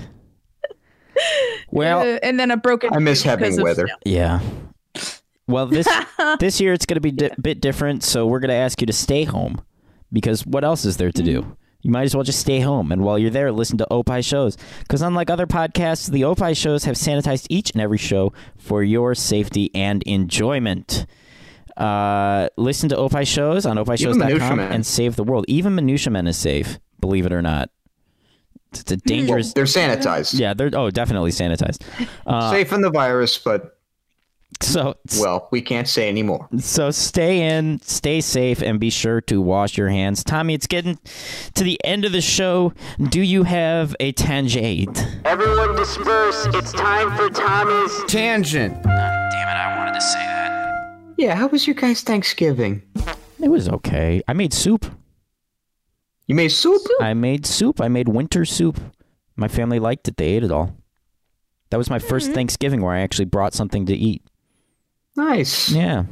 Well,
Uh, and then a broken. tooth because of
Yeah. Well, this this year it's going to be a bit different, so we're going to ask you to stay home because what else is there to do? You might as well just stay home, and while you're there, listen to Opie shows. Because unlike other podcasts, the Opie shows have sanitized each and every show for your safety and enjoyment. Uh, listen to Opie shows on
Even Minutia
opishows.com
Man.
and save the world. Even Minutia Men is safe, believe it or not. It's a dangerous.
they're sanitized.
Yeah, they're oh definitely sanitized. Uh,
Safe from the virus, but
so
well, we can't say anymore.
So stay in, stay safe, and be sure to wash your hands. Tommy, it's getting to the end of the show. Do you have a tangent?
Everyone disperse. It's time for Tommy's
tangent.
Damn it, I wanted to say that.
Yeah, how was your guys' Thanksgiving?
It was okay. I made soup.
You made soup?
I made soup. I made winter soup. My family liked it. They ate it all. That was my first Thanksgiving where I actually brought something to eat.
Nice.
Yeah.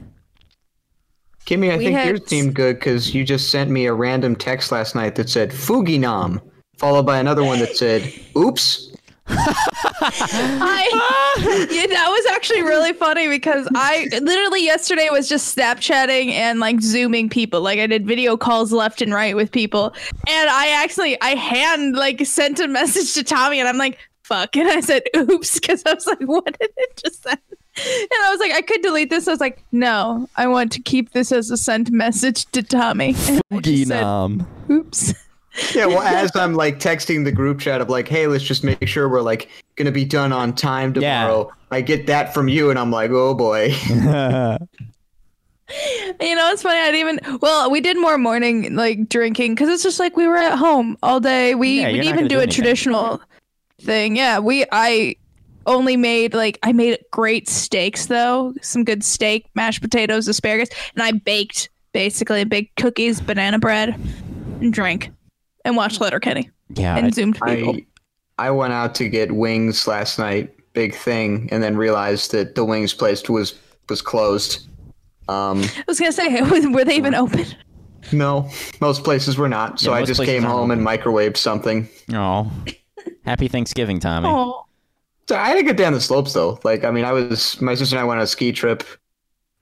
Kimmy, I
We
think
had-
yours seemed good because you just sent me a random text last night that said Fuginam, followed by another one that said Oops.
I yeah, that was actually really funny because I literally yesterday was just Snapchatting and like zooming people. Like I did video calls left and right with people, and I actually I hand like sent a message to Tommy, and I'm like, "Fuck," and I said, "Oops," because I was like, "What did it just send?" And I was like, "I could delete this." I was like, "No, I want to keep this as a sent message to Tommy." And I just said,
Fuginam.
Oops.
Yeah, well, as I'm like texting the group chat of like, hey, let's just make sure we're like gonna be done on time tomorrow. I get that from you, and I'm like, oh boy.
You know, it's funny. I didn't even. Well, we did more morning like drinking because it's just like we were at home all day. We
Yeah,
we
you're not
didn't even
gonna
do,
do
a
anything.
traditional thing. Yeah, we I only made like I made great steaks though, some good steak, mashed potatoes, asparagus, and I baked basically baked cookies, banana bread, and drank, and watched Letterkenny. and zoomed people.
I, I went out to get wings last night, big thing, and then realized that the wings place was was closed. Um,
I was gonna say, were they even open?
no, most places were not, so
Yeah,
I
most
just
places
came
aren't
home and microwaved something.
Oh, happy Thanksgiving, Tommy.
Oh,
So I had to get down the slopes though. Like, I mean, I was my sister and I went on a ski trip.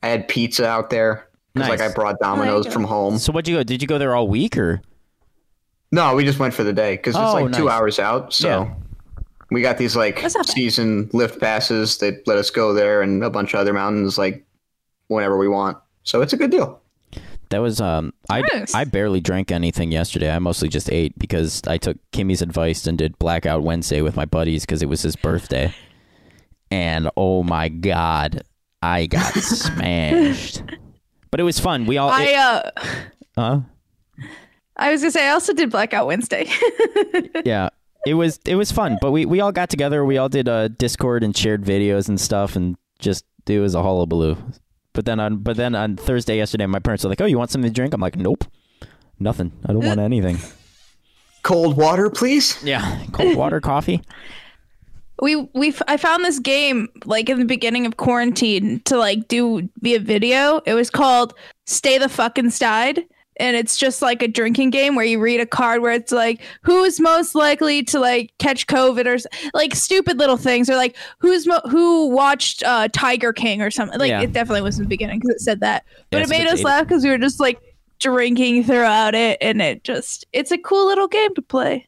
I had pizza out there because like
Nice.
I brought Domino's
Like-
from home.
So what'd you go? Did you go there all week or?
No, we just went for the day because
Oh,
it's like two
nice.
hours out. So
Yeah.
We got these like season lift passes that let us go there and a bunch of other mountains like whenever we want. So it's a good deal.
That was um I I barely drank anything yesterday. I mostly just ate because I took Kimmy's advice and did blackout Wednesday with my buddies because it was his birthday. And oh my god, I got smashed. But it was fun. We all
I
it-
uh,
huh?
I was gonna say I also did Blackout Wednesday.
yeah it was it was fun but we we all got together we all did uh discord and shared videos and stuff and just it was a hullabaloo but then on but then on thursday yesterday my parents were like oh you want something to drink i'm like nope nothing i don't want anything
cold water please
yeah cold water coffee
we we f- I found this game like in the beginning of quarantine to like do via video. It was called Stay the Fuck Inside. And it's just like a drinking game where you read a card where it's like, who's most likely to like catch COVID or s- like stupid little things or like who's mo- who watched uh, Tiger King or something. Like
Yeah.
it definitely was in the beginning because it said that, but
Yeah,
it
it's a bit
made us
dated.
laugh because we were just like drinking throughout it, and it just it's a cool little game to play.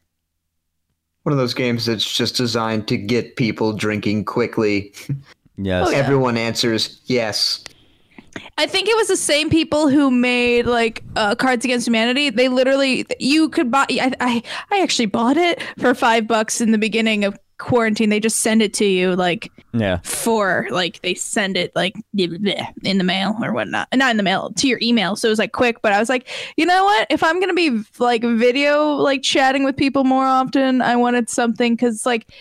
One of those games that's just designed to get people drinking quickly.
Yes.
Oh, yeah.
Everyone answers yes.
I think it was the same people who made like uh, Cards Against Humanity. They literally you could buy. I, I I actually bought it for five bucks in the beginning of quarantine. They just send it to you like
yeah
for like they send it like in the mail or whatnot. Not in the mail to your email. So it was like quick. But I was like, you know what? If I'm gonna be like video like chatting with people more often, I wanted something because like.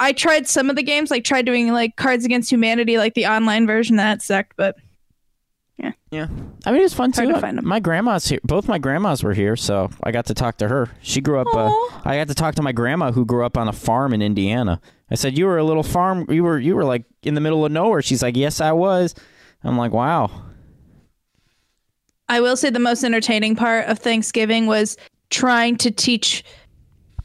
I tried some of the games, like tried doing like Cards Against Humanity, like the online version that sucked, but yeah.
Yeah. I mean, it was fun
Hard
too.
to find 'em.
my grandma's here. Both my grandmas were here, so I got to talk to her. She grew up. Uh, I got to talk to my grandma, who grew up on a farm in Indiana. I said, "You were a little farm. You were you were like in the middle of nowhere." She's like, "Yes, I was." I'm like, "Wow."
I will say the most entertaining part of Thanksgiving was trying to teach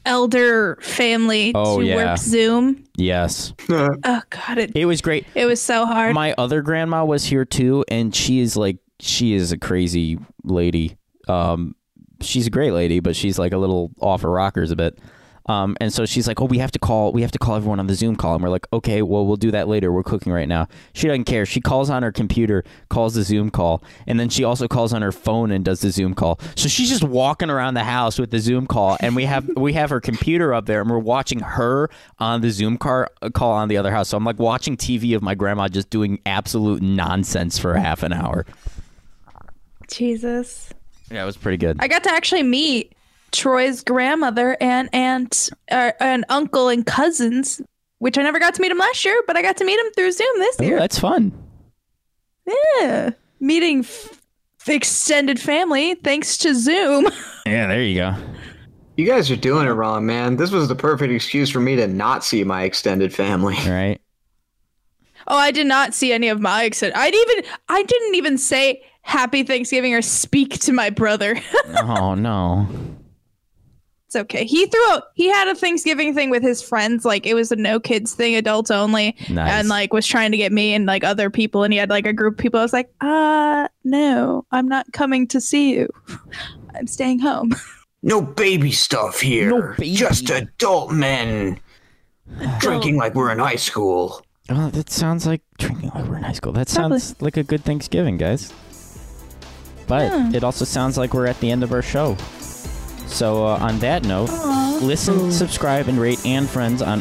elder family
Oh,
to
yeah.
work Zoom.
Yes.
Oh god, it
It was great.
it was so hard.
My other grandma was here too, and she is like she is a crazy lady. Um, she's a great lady, but she's like a little off her rockers a bit. Um, and so she's like, "Oh, we have to call. We have to call everyone on the Zoom call." And we're like, "Okay, well, we'll do that later. We're cooking right now." She doesn't care. She calls on her computer, calls the Zoom call, and then she also calls on her phone and does the Zoom call. So she's just walking around the house with the Zoom call, and we have we have her computer up there, and we're watching her on the Zoom car uh, call on the other house. So I'm like watching TV of my grandma just doing absolute nonsense for half an hour.
Jesus.
Yeah, it was pretty good.
I got to actually meet Troy's grandmother and aunt or and uncle and cousins, which I never got to meet him last year, but I got to meet him through Zoom this
Ooh,
year.
that's fun.
yeah. Meeting f- extended family thanks to Zoom.
Yeah, there you go.
You guys are doing it wrong, man. This was the perfect excuse for me to not see my extended family.
Right.
Oh, I did not see any of my exit. I even I didn't even say happy Thanksgiving or speak to my brother.
oh no.
it's okay. He threw out he had a Thanksgiving thing with his friends, like it was a no kids thing, adults only.
Nice.
And like was trying to get me and like other people and he had like a group of people. I was like, uh no, I'm not coming to see you. I'm staying home.
No baby stuff here. Just adult men drinking like we're in high school.
Oh, that sounds like drinking like we're in high school. That sounds like a good Thanksgiving, guys. But
Yeah.
it also sounds like we're at the end of our show. So uh, on that note,
Aw.
listen,
Ooh.
subscribe, and rate and friends on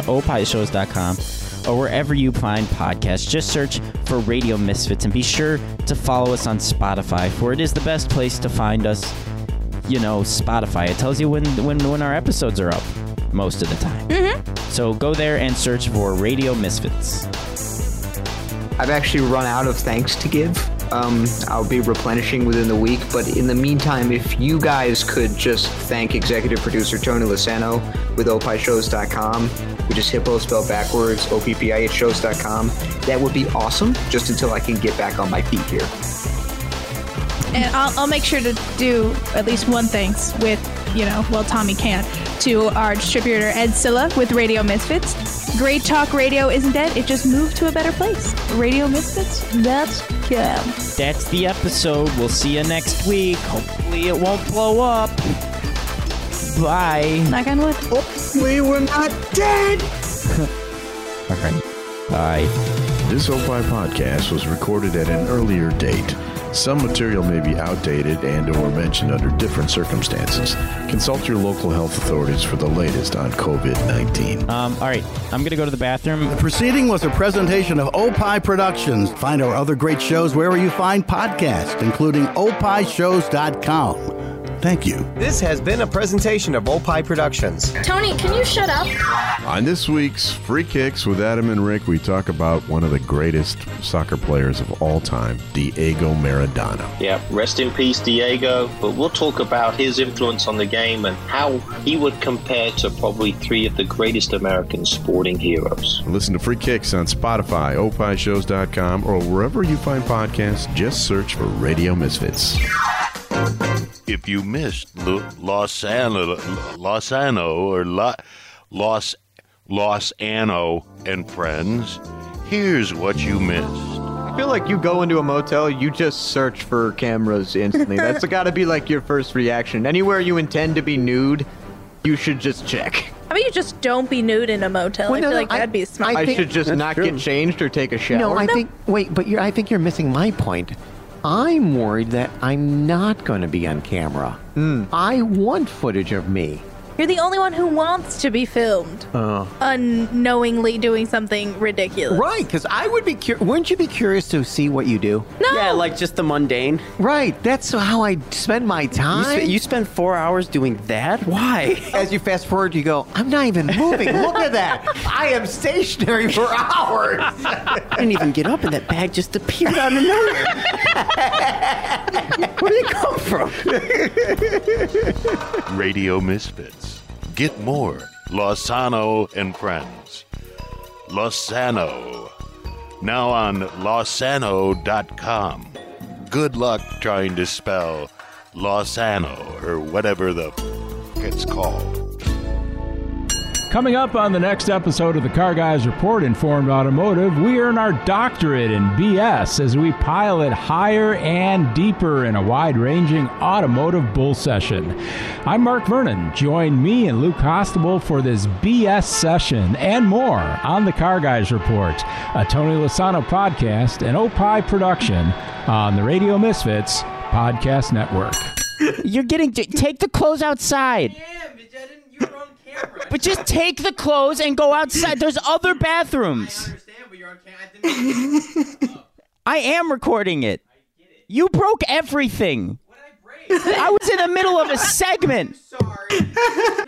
opishows.com or wherever you find podcasts. Just search for Radio Misfits and be sure to follow us on Spotify, for it is the best place to find us. You know, Spotify. It tells you when when when our episodes are up most of the time.
Mm-hmm.
So go there and search for Radio Misfits.
I've actually run out of thanks to give. Um, I'll be replenishing within the week, but in the meantime, if you guys could just thank executive producer Tony Lasano with opishows.com, which is hippo spelled backwards, O-P-P-I at shows.com, that would be awesome just until I can get back on my feet here.
And I'll, I'll make sure to do at least one thanks with, you know, well, Tommy can't, to our distributor Ed Silla with Radio Misfits. Great Talk Radio isn't dead, it just moved to a better place. Radio Misfits, that's good.
That's the episode. We'll see you next week. Hopefully, it won't blow up. Bye.
Knock on wood.
Hopefully, we're not dead.
All right. Bye. This OPI podcast was recorded at an earlier date. Some material may be outdated and or mentioned under different circumstances. Consult your local health authorities for the latest on COVID-19.
Um, all right, I'm going to go to the bathroom.
The proceeding was a presentation of Opie Productions. Find our other great shows wherever you find podcasts, including opishows.com. Thank you.
This has been a presentation of Opie Productions.
Tony, can you shut up?
On this week's Free Kicks with Adam and Rick, we talk about one of the greatest soccer players of all time, Diego Maradona.
Yeah, rest in peace, Diego. But we'll talk about his influence on the game and how he would compare to probably three of the greatest American sporting heroes.
Listen to Free Kicks on Spotify, opishows.com, or wherever you find podcasts. Just search for Radio Misfits.
If you missed Lo- Losano, Losano or Lo- Los Los Ano and friends, here's what you missed.
I feel like you go into a motel, you just search for cameras instantly. That's got to be like your first reaction. Anywhere you intend to be nude, you should just check.
How about you just don't be nude in a motel?
Well,
I
no,
feel
no,
like
I-
that'd be smart.
I, should just not get changed or take a shower.
No, I think. Wait, but you're, I think you're missing my point. I'm worried that I'm not going to be on camera. I want footage of me.
You're the only one who wants to be filmed
Oh.
unknowingly doing something ridiculous.
Right, because I would be. Cur- wouldn't you be curious to see what you do?
No.
Yeah, like just the mundane.
Right. That's how I spend my
You,
time.
sp- you spend four hours doing that? Why?
As you fast forward, you go, I'm not even moving. Look at that. I am stationary for hours.
I didn't even get up, and that bag just appeared out of nowhere. Where did it come from?
Radio Misfits. Get more Losano and friends. Losano. Now on losano.com. Good luck trying to spell Losano or whatever the f- it's called.
Coming up on the next episode of the Car Guys Report Informed Automotive, we earn our doctorate in BS as we pilot higher and deeper in a wide ranging automotive bull session. I'm Mark Vernon. Join me and Luke Hostable for this BS session and more on the Car Guys Report, a Tony Lasano podcast and Opie production on the Radio Misfits Podcast Network.
You're getting. Take the clothes outside. But just take the clothes and go outside. There's other bathrooms. I am recording it. You broke everything. I was in the middle of a segment. You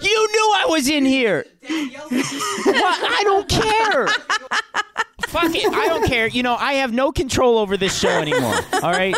knew I was in here. What? I don't care. Fuck it. I don't care. You know, I have no control over this show anymore. All right?